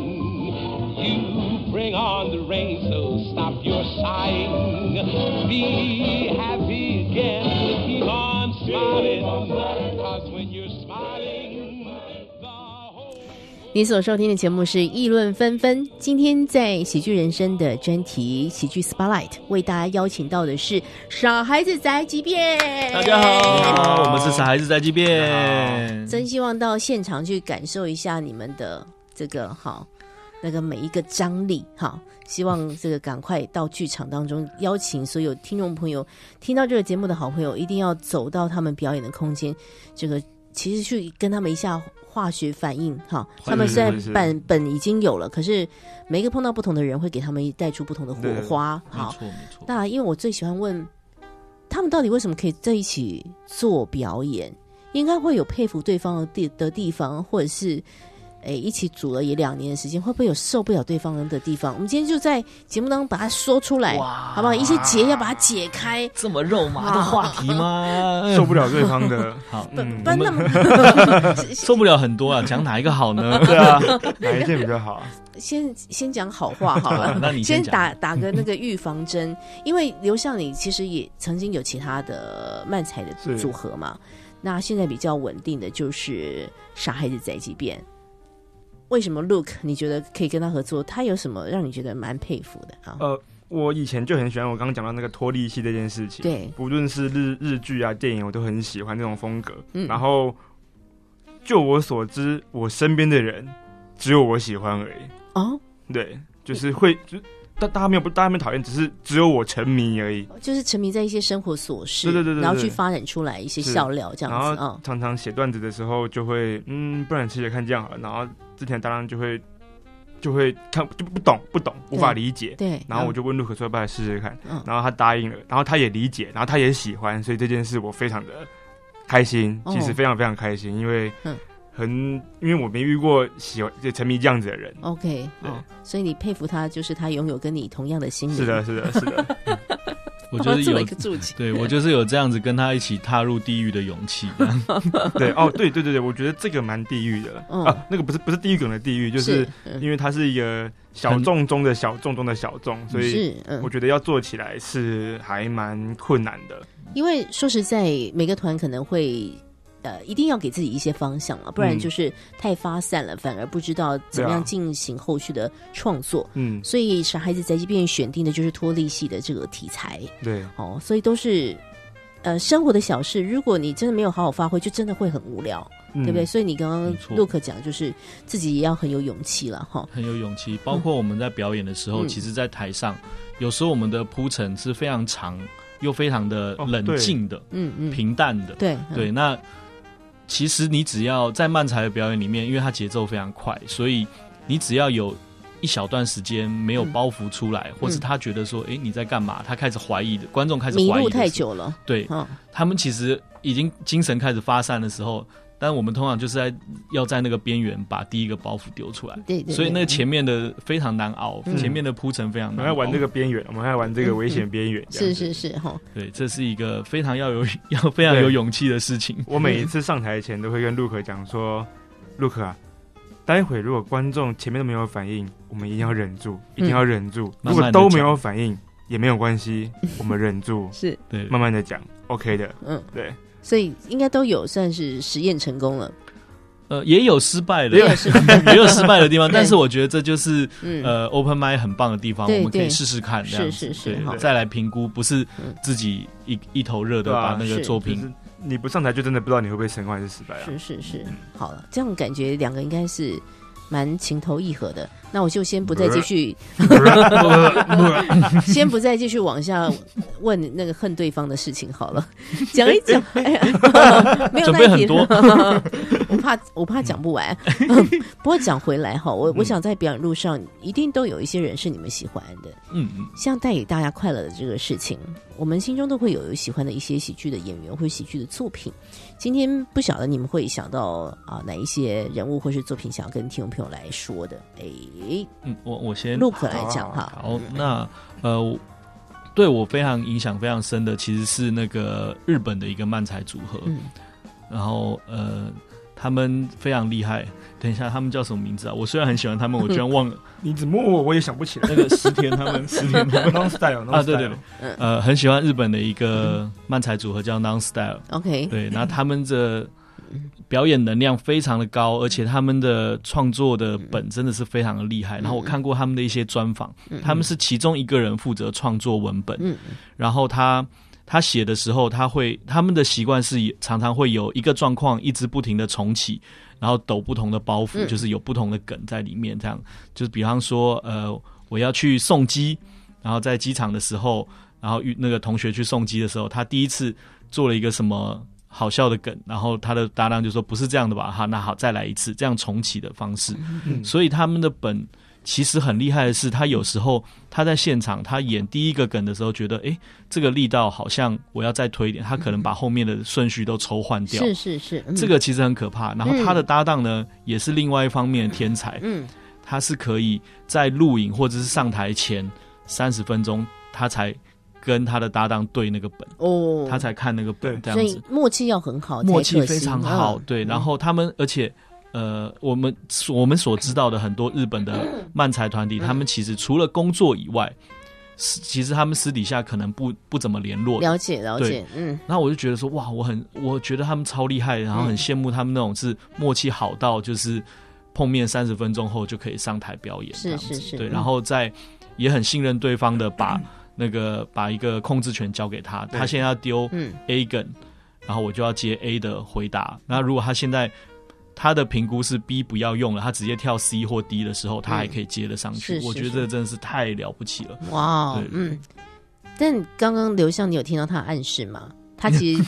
[SPEAKER 6] you bring on the rain, so stop your sighing. Be happy again, keep on smiling, cause when you're smiling, the whole
[SPEAKER 2] 你所收听的节目是《议论纷纷》，今天在《喜剧人生》的专题《喜剧 Spotlight》为大家邀请到的是傻孩子宅急便。
[SPEAKER 1] 大家好，我们是傻孩子宅急便。
[SPEAKER 2] 真希望到现场去感受一下你们的这个好，那个每一个张力好，希望这个赶快到剧场当中，邀请所有听众朋友，听到这个节目的好朋友，一定要走到他们表演的空间，这个其实去跟他们一下化学反应哈。他们虽然
[SPEAKER 4] 是是是
[SPEAKER 2] 本本已经有了，可是每一个碰到不同的人，会给他们带出不同的火
[SPEAKER 4] 对
[SPEAKER 2] 花。
[SPEAKER 1] 没
[SPEAKER 2] 好，
[SPEAKER 1] 错，没错。
[SPEAKER 2] 那因为我最喜欢问他们到底为什么可以在一起做表演，应该会有佩服对方的地的地方，或者是诶、一起组了也两年的时间，会不会有受不了对方的地方？我们今天就在节目当中把它说出来，
[SPEAKER 1] 哇
[SPEAKER 2] 好不好？一些结要把它解开。
[SPEAKER 1] 这么肉麻的话题吗？嗯
[SPEAKER 4] 受不了对方的，
[SPEAKER 1] 好，
[SPEAKER 4] 嗯，
[SPEAKER 2] 不然那么 *laughs*
[SPEAKER 1] 受不了很多啊，讲哪一个好呢？，
[SPEAKER 4] *laughs* *laughs* 对啊，哪一件比较
[SPEAKER 2] *laughs*
[SPEAKER 4] 好？啊
[SPEAKER 2] 先先讲好
[SPEAKER 4] *laughs*
[SPEAKER 2] 话好了
[SPEAKER 1] 那你
[SPEAKER 2] 先
[SPEAKER 1] 先
[SPEAKER 2] 打打个那个预防针， *laughs* 因为刘向你其实也曾经有其他的漫才的
[SPEAKER 4] 是
[SPEAKER 2] 组合嘛，那现在比较稳定的就是傻孩子宅急便，为什么 Look 你觉得可以跟他合作？他有什么让你觉得蛮佩服的啊？
[SPEAKER 4] 呃，我以前就很喜欢我刚刚讲到那个脱力系这件事情，
[SPEAKER 2] 对，
[SPEAKER 4] 不论是日日剧啊、电影，我都很喜欢这种风格。
[SPEAKER 2] 嗯
[SPEAKER 4] 然后，就我所知，我身边的人只有我喜欢而已。
[SPEAKER 2] 哦，
[SPEAKER 4] 对，就是会，就大大家没有不，大家没有讨厌，只是只有我沉迷而已。
[SPEAKER 2] 就是沉迷在一些生活琐事，
[SPEAKER 4] 对对对对
[SPEAKER 2] 然后
[SPEAKER 4] 对
[SPEAKER 2] 去发展出来一些
[SPEAKER 4] 是
[SPEAKER 2] 笑料这
[SPEAKER 4] 然
[SPEAKER 2] 样子啊、
[SPEAKER 4] 后常常写段子的时候，就会嗯，不然写写看这样好了。然后之前当然就会就会看就不懂不懂，无法
[SPEAKER 2] 对
[SPEAKER 4] 理解。
[SPEAKER 2] 对，
[SPEAKER 4] 然后我就问陆可说要不要来试试看，
[SPEAKER 2] 嗯
[SPEAKER 4] 然后他答应了，然后他也理解，然后他也喜欢，所以这件事我非常的开心，
[SPEAKER 2] 哦
[SPEAKER 4] 其实非常非常开心，因为
[SPEAKER 2] 嗯
[SPEAKER 4] 很因为我没遇过喜欢就沉迷这样子的人。
[SPEAKER 2] OK
[SPEAKER 4] 对
[SPEAKER 2] 哦，所以你佩服他，就是他拥有跟你同样的心灵。
[SPEAKER 4] 是
[SPEAKER 2] *laughs*
[SPEAKER 4] 的，，是的，是的，
[SPEAKER 1] 我就是
[SPEAKER 2] 做
[SPEAKER 1] 有
[SPEAKER 2] 了一个注解。
[SPEAKER 1] 对我就是有这样子跟他一起踏入地狱的勇气。这样
[SPEAKER 2] *laughs*
[SPEAKER 4] 对，哦，对，对，对，对，我觉得这个蛮地狱的、
[SPEAKER 2] 嗯
[SPEAKER 4] 啊，那个不是不是地狱梗的地狱，就是
[SPEAKER 2] 嗯
[SPEAKER 4] 因为它是一个小众中的小众中的小众，所以
[SPEAKER 2] 是嗯
[SPEAKER 4] 我，觉得要做起来是还蛮困难的。
[SPEAKER 2] 因为说实在，每个团可能会。呃，一定要给自己一些方向了，不然
[SPEAKER 4] 嗯
[SPEAKER 2] 就是太发散了，反而不知道怎么
[SPEAKER 4] 对啊
[SPEAKER 2] 样进行后续的创作。
[SPEAKER 4] 嗯，
[SPEAKER 2] 所以《傻孩子宅急便》选定的就是脱力系的这个题材
[SPEAKER 4] 对，
[SPEAKER 2] 哦，所以都是呃生活的小事。如果你真的没有好好发挥，就真的会很无聊，
[SPEAKER 4] 嗯
[SPEAKER 2] 对不对？？所以你刚
[SPEAKER 1] 没
[SPEAKER 2] 刚
[SPEAKER 1] 错
[SPEAKER 2] Look 讲，就是自己也要很有勇气了哈。
[SPEAKER 1] 很有勇气，包括我们在表演的时候，
[SPEAKER 2] 嗯
[SPEAKER 1] 其实，在台上有时候我们的铺陈是非常长又非常的
[SPEAKER 4] 哦
[SPEAKER 1] 冷
[SPEAKER 4] 对
[SPEAKER 1] 静的、
[SPEAKER 2] 嗯嗯，
[SPEAKER 1] 平淡的。
[SPEAKER 2] 对
[SPEAKER 1] 对，那其实你只要在漫才的表演里面，因为它节奏非常快，所以你只要有一小段时间没有
[SPEAKER 2] 嗯
[SPEAKER 1] 包袱出来，或是他觉得说，哎、你在干嘛？他开始怀疑的，观众开始
[SPEAKER 2] 迷
[SPEAKER 1] 怀疑
[SPEAKER 2] 路
[SPEAKER 1] 的
[SPEAKER 2] 太
[SPEAKER 1] 时候，
[SPEAKER 2] 久了，
[SPEAKER 1] 对
[SPEAKER 2] 嗯，
[SPEAKER 1] 他们其实已经精神开始发散的时候。但我们通常就是在要在那个边缘把第一个包袱丢出来，
[SPEAKER 2] 对对。
[SPEAKER 1] 所以那
[SPEAKER 2] 对
[SPEAKER 1] 个前面的非常难熬，
[SPEAKER 2] 嗯
[SPEAKER 1] 前面的铺陈非常
[SPEAKER 4] 我
[SPEAKER 1] 难
[SPEAKER 4] 们
[SPEAKER 1] 熬。
[SPEAKER 4] 要玩这个边缘，我们要玩这个危险边缘。这样
[SPEAKER 2] 是
[SPEAKER 4] 子
[SPEAKER 2] 是是哈，，
[SPEAKER 1] 对，这是一个非常要有 *laughs* 要非常有
[SPEAKER 4] 对
[SPEAKER 1] 勇气的事情。
[SPEAKER 4] 我每一次上台前都会跟陆可讲说，陆可啊，待会如果观众前面都没有反应，我们一定要忍住，一定要忍住。
[SPEAKER 1] 慢慢地
[SPEAKER 4] 如果都没有反应也没有关系，我们忍
[SPEAKER 2] *laughs*
[SPEAKER 4] 住
[SPEAKER 2] 是
[SPEAKER 1] 对，
[SPEAKER 4] 慢慢的讲，OK 的。
[SPEAKER 2] 嗯，
[SPEAKER 4] 对，
[SPEAKER 2] 所以应该都有算是实验成功了，
[SPEAKER 1] 呃，也有失败的，
[SPEAKER 2] 也有是，
[SPEAKER 1] *laughs* 也有失败的地方，
[SPEAKER 2] 对
[SPEAKER 1] 但是我觉得这就是
[SPEAKER 2] 嗯，
[SPEAKER 1] 呃 open mind 很棒的地方，
[SPEAKER 2] 对
[SPEAKER 1] 我们可
[SPEAKER 2] 对
[SPEAKER 1] 以试试看，这样子
[SPEAKER 2] 是是是
[SPEAKER 1] 对
[SPEAKER 2] 好
[SPEAKER 1] 再来评估，不是
[SPEAKER 2] 嗯
[SPEAKER 1] 自己一一头热的
[SPEAKER 4] 对啊
[SPEAKER 1] 把那个
[SPEAKER 2] 是
[SPEAKER 1] 作
[SPEAKER 4] 就
[SPEAKER 1] 品
[SPEAKER 4] 是你不上台就真的不知道你会不会成功还是失败啊。
[SPEAKER 2] 是是是，好了，这样感觉两个应该是蛮情投意合的。那我就先不再继续，先不再继续往下问那个恨对方的事情
[SPEAKER 1] *laughs*
[SPEAKER 2] 好了，讲一讲，哎呀，没有
[SPEAKER 1] 准备
[SPEAKER 2] 那一
[SPEAKER 1] 很
[SPEAKER 2] 题
[SPEAKER 1] 多
[SPEAKER 2] *laughs* 我怕我怕讲
[SPEAKER 1] *laughs*
[SPEAKER 2] 不完。不过讲回来哈，我我想在表演路上一定都有一些人是你们喜欢的，
[SPEAKER 1] 嗯嗯，
[SPEAKER 2] 像带给大家快乐的这个事情，我们心中都会有喜欢的一些喜剧的演员或喜剧的作品。今天不晓得你们会想到啊、哪一些人物或是作品想要跟听众朋友来说的？哎，
[SPEAKER 1] 嗯，我我先
[SPEAKER 2] 陆可来讲哈，
[SPEAKER 1] 好，那呃，我对我非常影响非常深的其实是那个日本的一个漫才组合，
[SPEAKER 2] 嗯，
[SPEAKER 1] 然后呃，他们非常厉害。等一下，他们叫什么名字啊？我虽然很喜欢他们，我居然
[SPEAKER 4] *laughs*
[SPEAKER 1] 忘了
[SPEAKER 4] 你只摸我，我也想不起来。
[SPEAKER 1] 那个石田他
[SPEAKER 4] *laughs*
[SPEAKER 1] 们，石田他们
[SPEAKER 4] Non style
[SPEAKER 1] 啊，对
[SPEAKER 4] *laughs*
[SPEAKER 1] 对对，
[SPEAKER 2] 嗯
[SPEAKER 1] 呃，很喜欢日本的一个漫才组合叫 Non Style，
[SPEAKER 2] ，OK，
[SPEAKER 1] 对，那他们的表演能量非常的
[SPEAKER 2] 嗯
[SPEAKER 1] 高，而且他们的创作的本真的是非常的厉
[SPEAKER 2] 嗯
[SPEAKER 1] 害。然后我看过他们的一些专访，他们是其中一个人负责创作文本，
[SPEAKER 2] 嗯
[SPEAKER 1] 然后他。他写的时候，他会他们的习惯是常常会有一个状况一直不停的重启，然后抖不同的包袱，
[SPEAKER 2] 嗯
[SPEAKER 1] 就是有不同的梗在里面。这样，就是比方说，呃，我要去送机，然后在机场的时候，然后遇那个同学去送机的时候，他第一次做了一个什么好笑的梗，然后他的搭档就说不是这样的吧？哈，啊那好，再来一次，这样重启的方式。所以他们的本其实很厉害的是，他有时候他在现场他演第一个梗的时候，觉得诶这个力道好像我要再推一点，他可能把后面的顺序都抽换掉。
[SPEAKER 2] 是是是，嗯
[SPEAKER 1] 这个其实很可怕。然后他的搭档呢，也是另外一方面的天才，
[SPEAKER 2] 嗯
[SPEAKER 1] 他是可以在录影或者是上台前三十分钟，他才跟他的搭档对那个本，
[SPEAKER 2] 哦，
[SPEAKER 1] 他才看那个本，这
[SPEAKER 2] 所
[SPEAKER 1] 样子
[SPEAKER 2] 以默契要很好，
[SPEAKER 1] 默
[SPEAKER 2] 才
[SPEAKER 1] 契
[SPEAKER 2] 可
[SPEAKER 1] 非
[SPEAKER 2] 行
[SPEAKER 1] 常好。
[SPEAKER 2] 嗯
[SPEAKER 1] 对，然后他们而且。呃，我们我们所知道的很多日本的漫才团
[SPEAKER 2] 嗯
[SPEAKER 1] 体，他们其实除了工作以外，是其实他们私底下可能不不怎么联络的，
[SPEAKER 2] 了解了解，嗯
[SPEAKER 1] 然后我就觉得说，嗯哇，我很，我觉得他们超厉害，然后很羡慕他们那种是默契好到就是碰面三十分钟后就可以上台表演，
[SPEAKER 2] 是
[SPEAKER 1] 这样子
[SPEAKER 2] 是是
[SPEAKER 1] 对，
[SPEAKER 2] 嗯
[SPEAKER 1] 然后再也很信任对方的把那个把一个控制权交给他，
[SPEAKER 4] 对
[SPEAKER 1] 他现在要丢
[SPEAKER 2] 嗯
[SPEAKER 1] A 梗，然后我就要接 A 的回答。那如果他现在他的评估是 B 不要用了，他直接跳 C 或 D 的时候，他还可以接得上去。
[SPEAKER 2] 是是
[SPEAKER 1] 我觉得
[SPEAKER 2] 是
[SPEAKER 1] 这个真的是太了不起了。
[SPEAKER 2] 哇哦
[SPEAKER 1] 对，
[SPEAKER 2] 嗯。但刚刚刘向，你有听到他暗示吗？他其
[SPEAKER 1] *laughs*
[SPEAKER 2] 实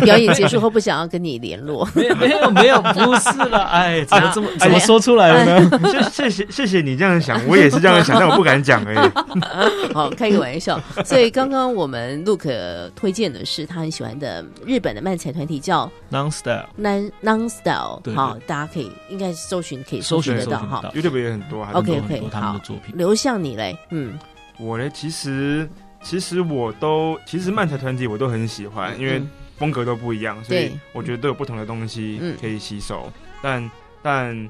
[SPEAKER 2] 表演结束后不想要跟你联络，
[SPEAKER 1] 没有没有没有，哦不是了，哎，怎么这么
[SPEAKER 2] 哎
[SPEAKER 1] 怎么说出来了呢？
[SPEAKER 4] 谢谢谢谢谢你这样想，我也是这样想，但我不
[SPEAKER 1] *laughs*
[SPEAKER 4] 敢讲而已。
[SPEAKER 2] *laughs* 好开个玩笑。所以刚刚我们 Look 推荐的是他很喜欢的日本的漫才团体叫
[SPEAKER 1] Non style，
[SPEAKER 2] Non Non Style，
[SPEAKER 1] 对对
[SPEAKER 2] 好，大家可以应该是搜寻可以搜寻
[SPEAKER 1] 寻
[SPEAKER 2] 得
[SPEAKER 1] 搜
[SPEAKER 2] 到
[SPEAKER 1] 寻得
[SPEAKER 2] 哈。
[SPEAKER 1] 到
[SPEAKER 4] YouTube 也很多啊。
[SPEAKER 1] 很
[SPEAKER 2] OK
[SPEAKER 1] 多
[SPEAKER 2] OK，
[SPEAKER 1] 他们
[SPEAKER 2] 好
[SPEAKER 1] 的作，品
[SPEAKER 2] 刘向你嘞，嗯，
[SPEAKER 4] 我呢，其实其实我都其实漫才团体我都很喜欢，因为
[SPEAKER 2] 嗯
[SPEAKER 4] 风格都不一样，所以
[SPEAKER 2] 对
[SPEAKER 4] 我觉得都有不同的东西
[SPEAKER 2] 嗯
[SPEAKER 4] 可以吸收。但但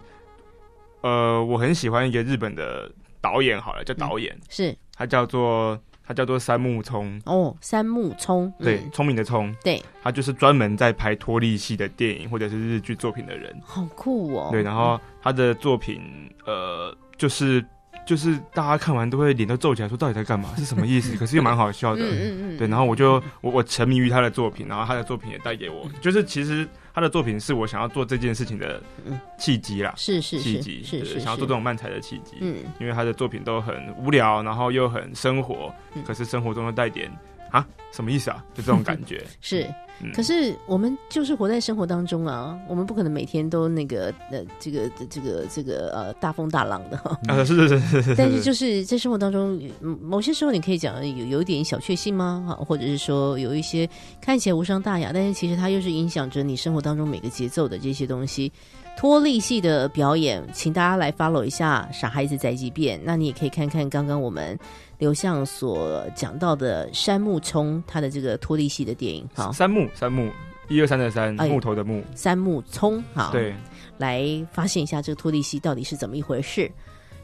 [SPEAKER 4] 呃，我很喜欢一个日本的导演，好了，叫导演，
[SPEAKER 2] 是
[SPEAKER 4] 他叫做他叫做三木聪，
[SPEAKER 2] 哦，三木聪，嗯
[SPEAKER 4] 对，聪明的聪，
[SPEAKER 2] 对，
[SPEAKER 4] 他就是专门在拍脱力系的电影或者是日剧作品的人。
[SPEAKER 2] 好酷哦，
[SPEAKER 4] 对，然后他的作品，呃，就是就是大家看完都会脸都皱起来，说到底在干嘛？是什么
[SPEAKER 2] *laughs*
[SPEAKER 4] 意思？可是又蛮好笑
[SPEAKER 2] 嗯
[SPEAKER 4] 的。
[SPEAKER 2] 嗯嗯，
[SPEAKER 4] 对，然后我就我我沉迷于他的作品，然后他的作品也带给我， *laughs* 就是其实他的作品是我想要做这件事情的
[SPEAKER 2] 嗯
[SPEAKER 4] 契机啦，
[SPEAKER 2] 是是
[SPEAKER 4] 契
[SPEAKER 2] 是
[SPEAKER 4] 机，
[SPEAKER 2] 是
[SPEAKER 4] 对
[SPEAKER 2] 是，
[SPEAKER 4] 想要做这种漫才的契机。
[SPEAKER 2] 嗯，
[SPEAKER 4] 因为他的作品都很无聊，然后又很生活
[SPEAKER 2] 嗯，
[SPEAKER 4] 可是生活中又带点啊什么意思啊？就这种感
[SPEAKER 2] *laughs*
[SPEAKER 4] 觉。
[SPEAKER 2] 是
[SPEAKER 4] 嗯，
[SPEAKER 2] 可是我们就是活在生活当中啊，我们不可能每天都那个呃，这个这个这个呃大风大浪的哈。
[SPEAKER 4] 啊，是是是是是，
[SPEAKER 2] 但是就是在生活当中，嗯某些时候你可以讲有有一点小确幸吗？哈，或者是说有一些看起来无伤大雅，但是其实它又是影响着你生活当中每个节奏的这些东西。脱力系的表演，请大家来 follow 一下《傻孩子宅急便》。那你也可以看看刚刚我们刘向所讲到的山木冲他的这个脱力系的电影，好，
[SPEAKER 4] 三木三木，一二三的三，
[SPEAKER 2] 哎
[SPEAKER 4] 木头的木，
[SPEAKER 2] 山木冲，好，
[SPEAKER 4] 对。
[SPEAKER 2] 来发现一下这个托利西到底是怎么一回事。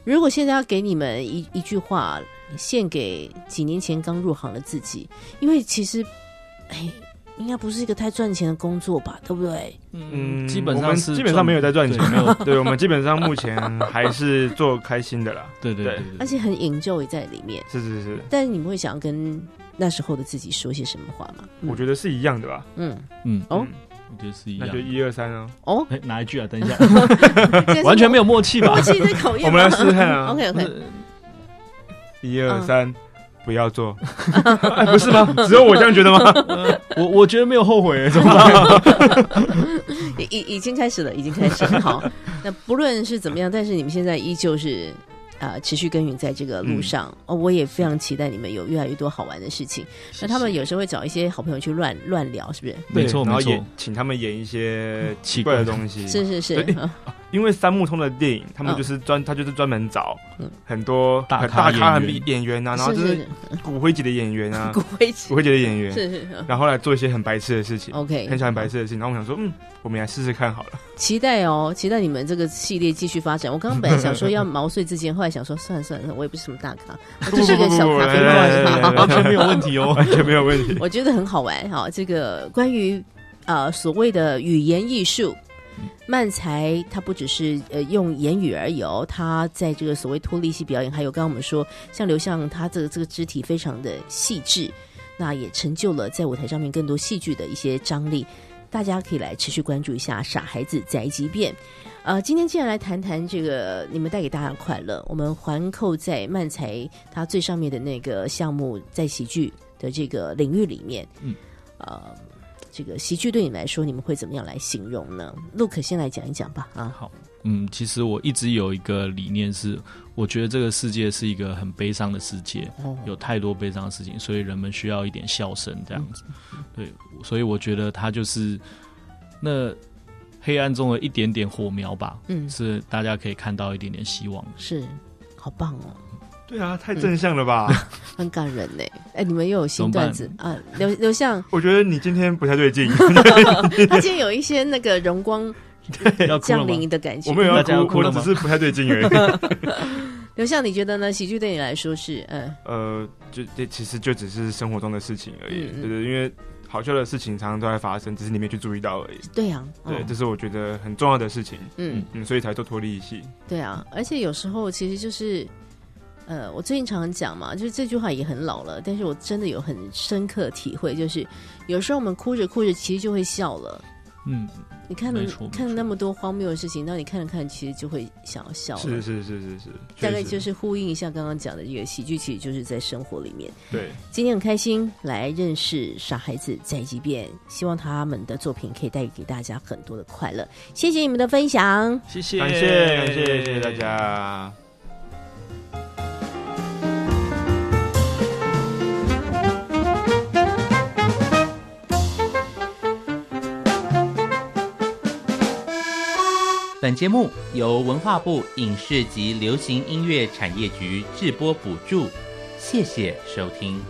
[SPEAKER 2] 如果现在要给你们一一句话，献给几年前刚入行的自己，因为其实，哎，应该不是一个太赚钱的工作吧，对不对？
[SPEAKER 4] 嗯，
[SPEAKER 1] 基本
[SPEAKER 4] 我们
[SPEAKER 1] 上是
[SPEAKER 4] 基本上没有在赚钱
[SPEAKER 1] 对没有， *laughs*
[SPEAKER 4] 对我们基本上目前还是做开心的啦。 *laughs*
[SPEAKER 1] 对对对
[SPEAKER 4] 对
[SPEAKER 1] 对，
[SPEAKER 2] 而且很 enjoy 在里面。
[SPEAKER 4] 是是是，
[SPEAKER 2] 但是你们会想要跟那时候的自己说些什么话吗？
[SPEAKER 4] 我
[SPEAKER 2] 得，
[SPEAKER 4] 觉得是一样的吧。
[SPEAKER 2] 嗯，
[SPEAKER 1] 嗯，
[SPEAKER 2] 哦
[SPEAKER 4] 嗯，
[SPEAKER 1] 我觉得是一
[SPEAKER 4] 那
[SPEAKER 1] 样
[SPEAKER 4] 就。一二三哦。 *laughs*
[SPEAKER 2] 哦，
[SPEAKER 1] 哎，哪一
[SPEAKER 2] *laughs*
[SPEAKER 1] 句啊？等一下，
[SPEAKER 2] 现在是
[SPEAKER 1] 完全没有默契吧
[SPEAKER 2] 默？契在考验
[SPEAKER 4] 我们来试试看
[SPEAKER 2] *laughs*
[SPEAKER 4] 啊
[SPEAKER 2] OK
[SPEAKER 1] 不
[SPEAKER 2] OK，
[SPEAKER 1] 是
[SPEAKER 2] 嗯
[SPEAKER 4] 一二三，不要
[SPEAKER 2] *laughs*
[SPEAKER 4] 做，哎不是吗？只有我这样觉得吗？
[SPEAKER 1] 呃 *laughs* 我我觉得没有后
[SPEAKER 2] *laughs*
[SPEAKER 1] 悔，怎么办？
[SPEAKER 2] 已已经开始了，已经开始了。好，那不论是怎么样，但是你们现在依旧是呃持续耕耘在这个路上、哦。我也非常期待你们有越来越多好玩的事情。那他们有时候会找一些好朋友去乱乱聊，是不是？
[SPEAKER 1] 没错
[SPEAKER 4] 对然后
[SPEAKER 1] 没错嗯
[SPEAKER 4] 演，请他们演一些
[SPEAKER 1] 奇
[SPEAKER 4] 奇
[SPEAKER 1] 怪
[SPEAKER 4] 怪
[SPEAKER 1] 的
[SPEAKER 4] 的东西。
[SPEAKER 2] 是是是
[SPEAKER 4] 对，因为三木通的电影，他们
[SPEAKER 2] 嗯
[SPEAKER 4] 就是专，他就是专门找
[SPEAKER 2] 嗯
[SPEAKER 4] 很多
[SPEAKER 1] 大
[SPEAKER 4] 很
[SPEAKER 1] 咖
[SPEAKER 4] 大咖
[SPEAKER 1] 演
[SPEAKER 4] 很
[SPEAKER 1] 员
[SPEAKER 4] 演员啊，然后
[SPEAKER 2] 是
[SPEAKER 4] 就是是
[SPEAKER 2] 是
[SPEAKER 4] 骨灰级的演员啊
[SPEAKER 2] 骨，灰级
[SPEAKER 4] 骨，灰级的演员，
[SPEAKER 2] 是是是。
[SPEAKER 4] 然后来做一些很白痴的事情，
[SPEAKER 2] OK，
[SPEAKER 4] 很喜欢白痴的事情。然后我想说，嗯，我们来试试看好了。
[SPEAKER 2] 期待哦，期待你们这个系列继续发展。我刚刚本来想说要毛遂自荐，后来想说算了算了，我也不是什么大咖，我就是一个小咖
[SPEAKER 4] 不不不不哎来来来
[SPEAKER 2] 啡
[SPEAKER 4] 来来
[SPEAKER 2] 馆。
[SPEAKER 1] 完全没有问题哦。
[SPEAKER 4] 完全没有问 *laughs* 题。
[SPEAKER 2] 我觉得很好玩哈。这个关于呃所谓的语言艺术，漫才它不只是呃用言语而已哦，它在这个所谓脱离系表演，还有刚刚我们说像刘向他这个这个肢体非常的细致，那也成就了在舞台上面更多戏剧的一些张力。大家可以来持续关注一下《傻孩子宅急便》。呃，今天既然来谈谈这个你们带给大家的快乐，我们环扣在漫才它最上面的那个项目，在喜剧的这个领域里面，
[SPEAKER 1] 嗯，
[SPEAKER 2] 呃，这个喜剧对你们来说，你们会怎么样来形容呢？Look 先来讲一讲吧，啊，
[SPEAKER 1] 嗯，其实我一直有一个理念是，我觉得这个世界是一个很悲伤的世界，
[SPEAKER 2] 哦
[SPEAKER 1] 有太多悲伤的事情，所以人们需要一点笑声这样子。
[SPEAKER 2] 嗯
[SPEAKER 1] 对，所以我觉得它就是那黑暗中的一点点火苗吧，
[SPEAKER 2] 嗯，
[SPEAKER 1] 是大家可以看到一点点希望。
[SPEAKER 2] 是，好棒哦，
[SPEAKER 4] 对啊，太正向了 *laughs* 吧？
[SPEAKER 2] 很感人呢。哎，你们又有新
[SPEAKER 1] 怎么
[SPEAKER 2] 段
[SPEAKER 1] 办
[SPEAKER 2] 子啊？刘刘向，
[SPEAKER 4] 我觉得你今天不太对 *laughs* 劲，
[SPEAKER 2] 他今天有一些那个荣光
[SPEAKER 1] *laughs*
[SPEAKER 2] *laughs*
[SPEAKER 1] 要哭了
[SPEAKER 2] 降
[SPEAKER 1] 吗？
[SPEAKER 2] 临的感觉。
[SPEAKER 4] 我没有
[SPEAKER 1] 大家
[SPEAKER 4] 要
[SPEAKER 1] 要
[SPEAKER 4] 哭，
[SPEAKER 1] 哭了
[SPEAKER 4] 我
[SPEAKER 1] 吗
[SPEAKER 4] 只是不太对劲而
[SPEAKER 2] *laughs*
[SPEAKER 4] 已。
[SPEAKER 2] 刘向，你觉得呢？喜剧对你来说是，嗯
[SPEAKER 4] 呃，就这其实就只是生活中的事情而已，
[SPEAKER 2] 嗯嗯
[SPEAKER 4] 对对，因为好笑的事情常常都在发生，只是你没去注意到而已。
[SPEAKER 2] 对呀、啊，
[SPEAKER 4] 对，
[SPEAKER 2] 嗯
[SPEAKER 4] 这是我觉得很重要的事情，
[SPEAKER 2] 嗯，
[SPEAKER 4] 嗯，所以才做脱离系。
[SPEAKER 2] 对啊，而且有时候其实就是，呃，我最近常常讲嘛，就是这句话也很老了，但是我真的有很深刻体会，就是有时候我们哭着哭着，其实就会笑了。
[SPEAKER 1] 嗯，
[SPEAKER 2] 你看了
[SPEAKER 1] 没错没
[SPEAKER 2] 看了
[SPEAKER 1] 错
[SPEAKER 2] 那么多荒谬的事情，那你看了看，其实就会想要笑了。
[SPEAKER 4] 是是是是是，
[SPEAKER 2] 大概
[SPEAKER 4] 确实
[SPEAKER 2] 就是呼应一下刚刚讲的这个喜剧，其实就是在生活里面。
[SPEAKER 4] 对，
[SPEAKER 2] 今天很开心来认识傻孩子再一遍，希望他们的作品可以带给大家很多的快乐。谢谢你们的分享。
[SPEAKER 1] 谢谢，
[SPEAKER 4] 感谢感谢谢谢大家。
[SPEAKER 7] 本节目由文化部影视及流行音乐产业局制播补助，谢谢收听。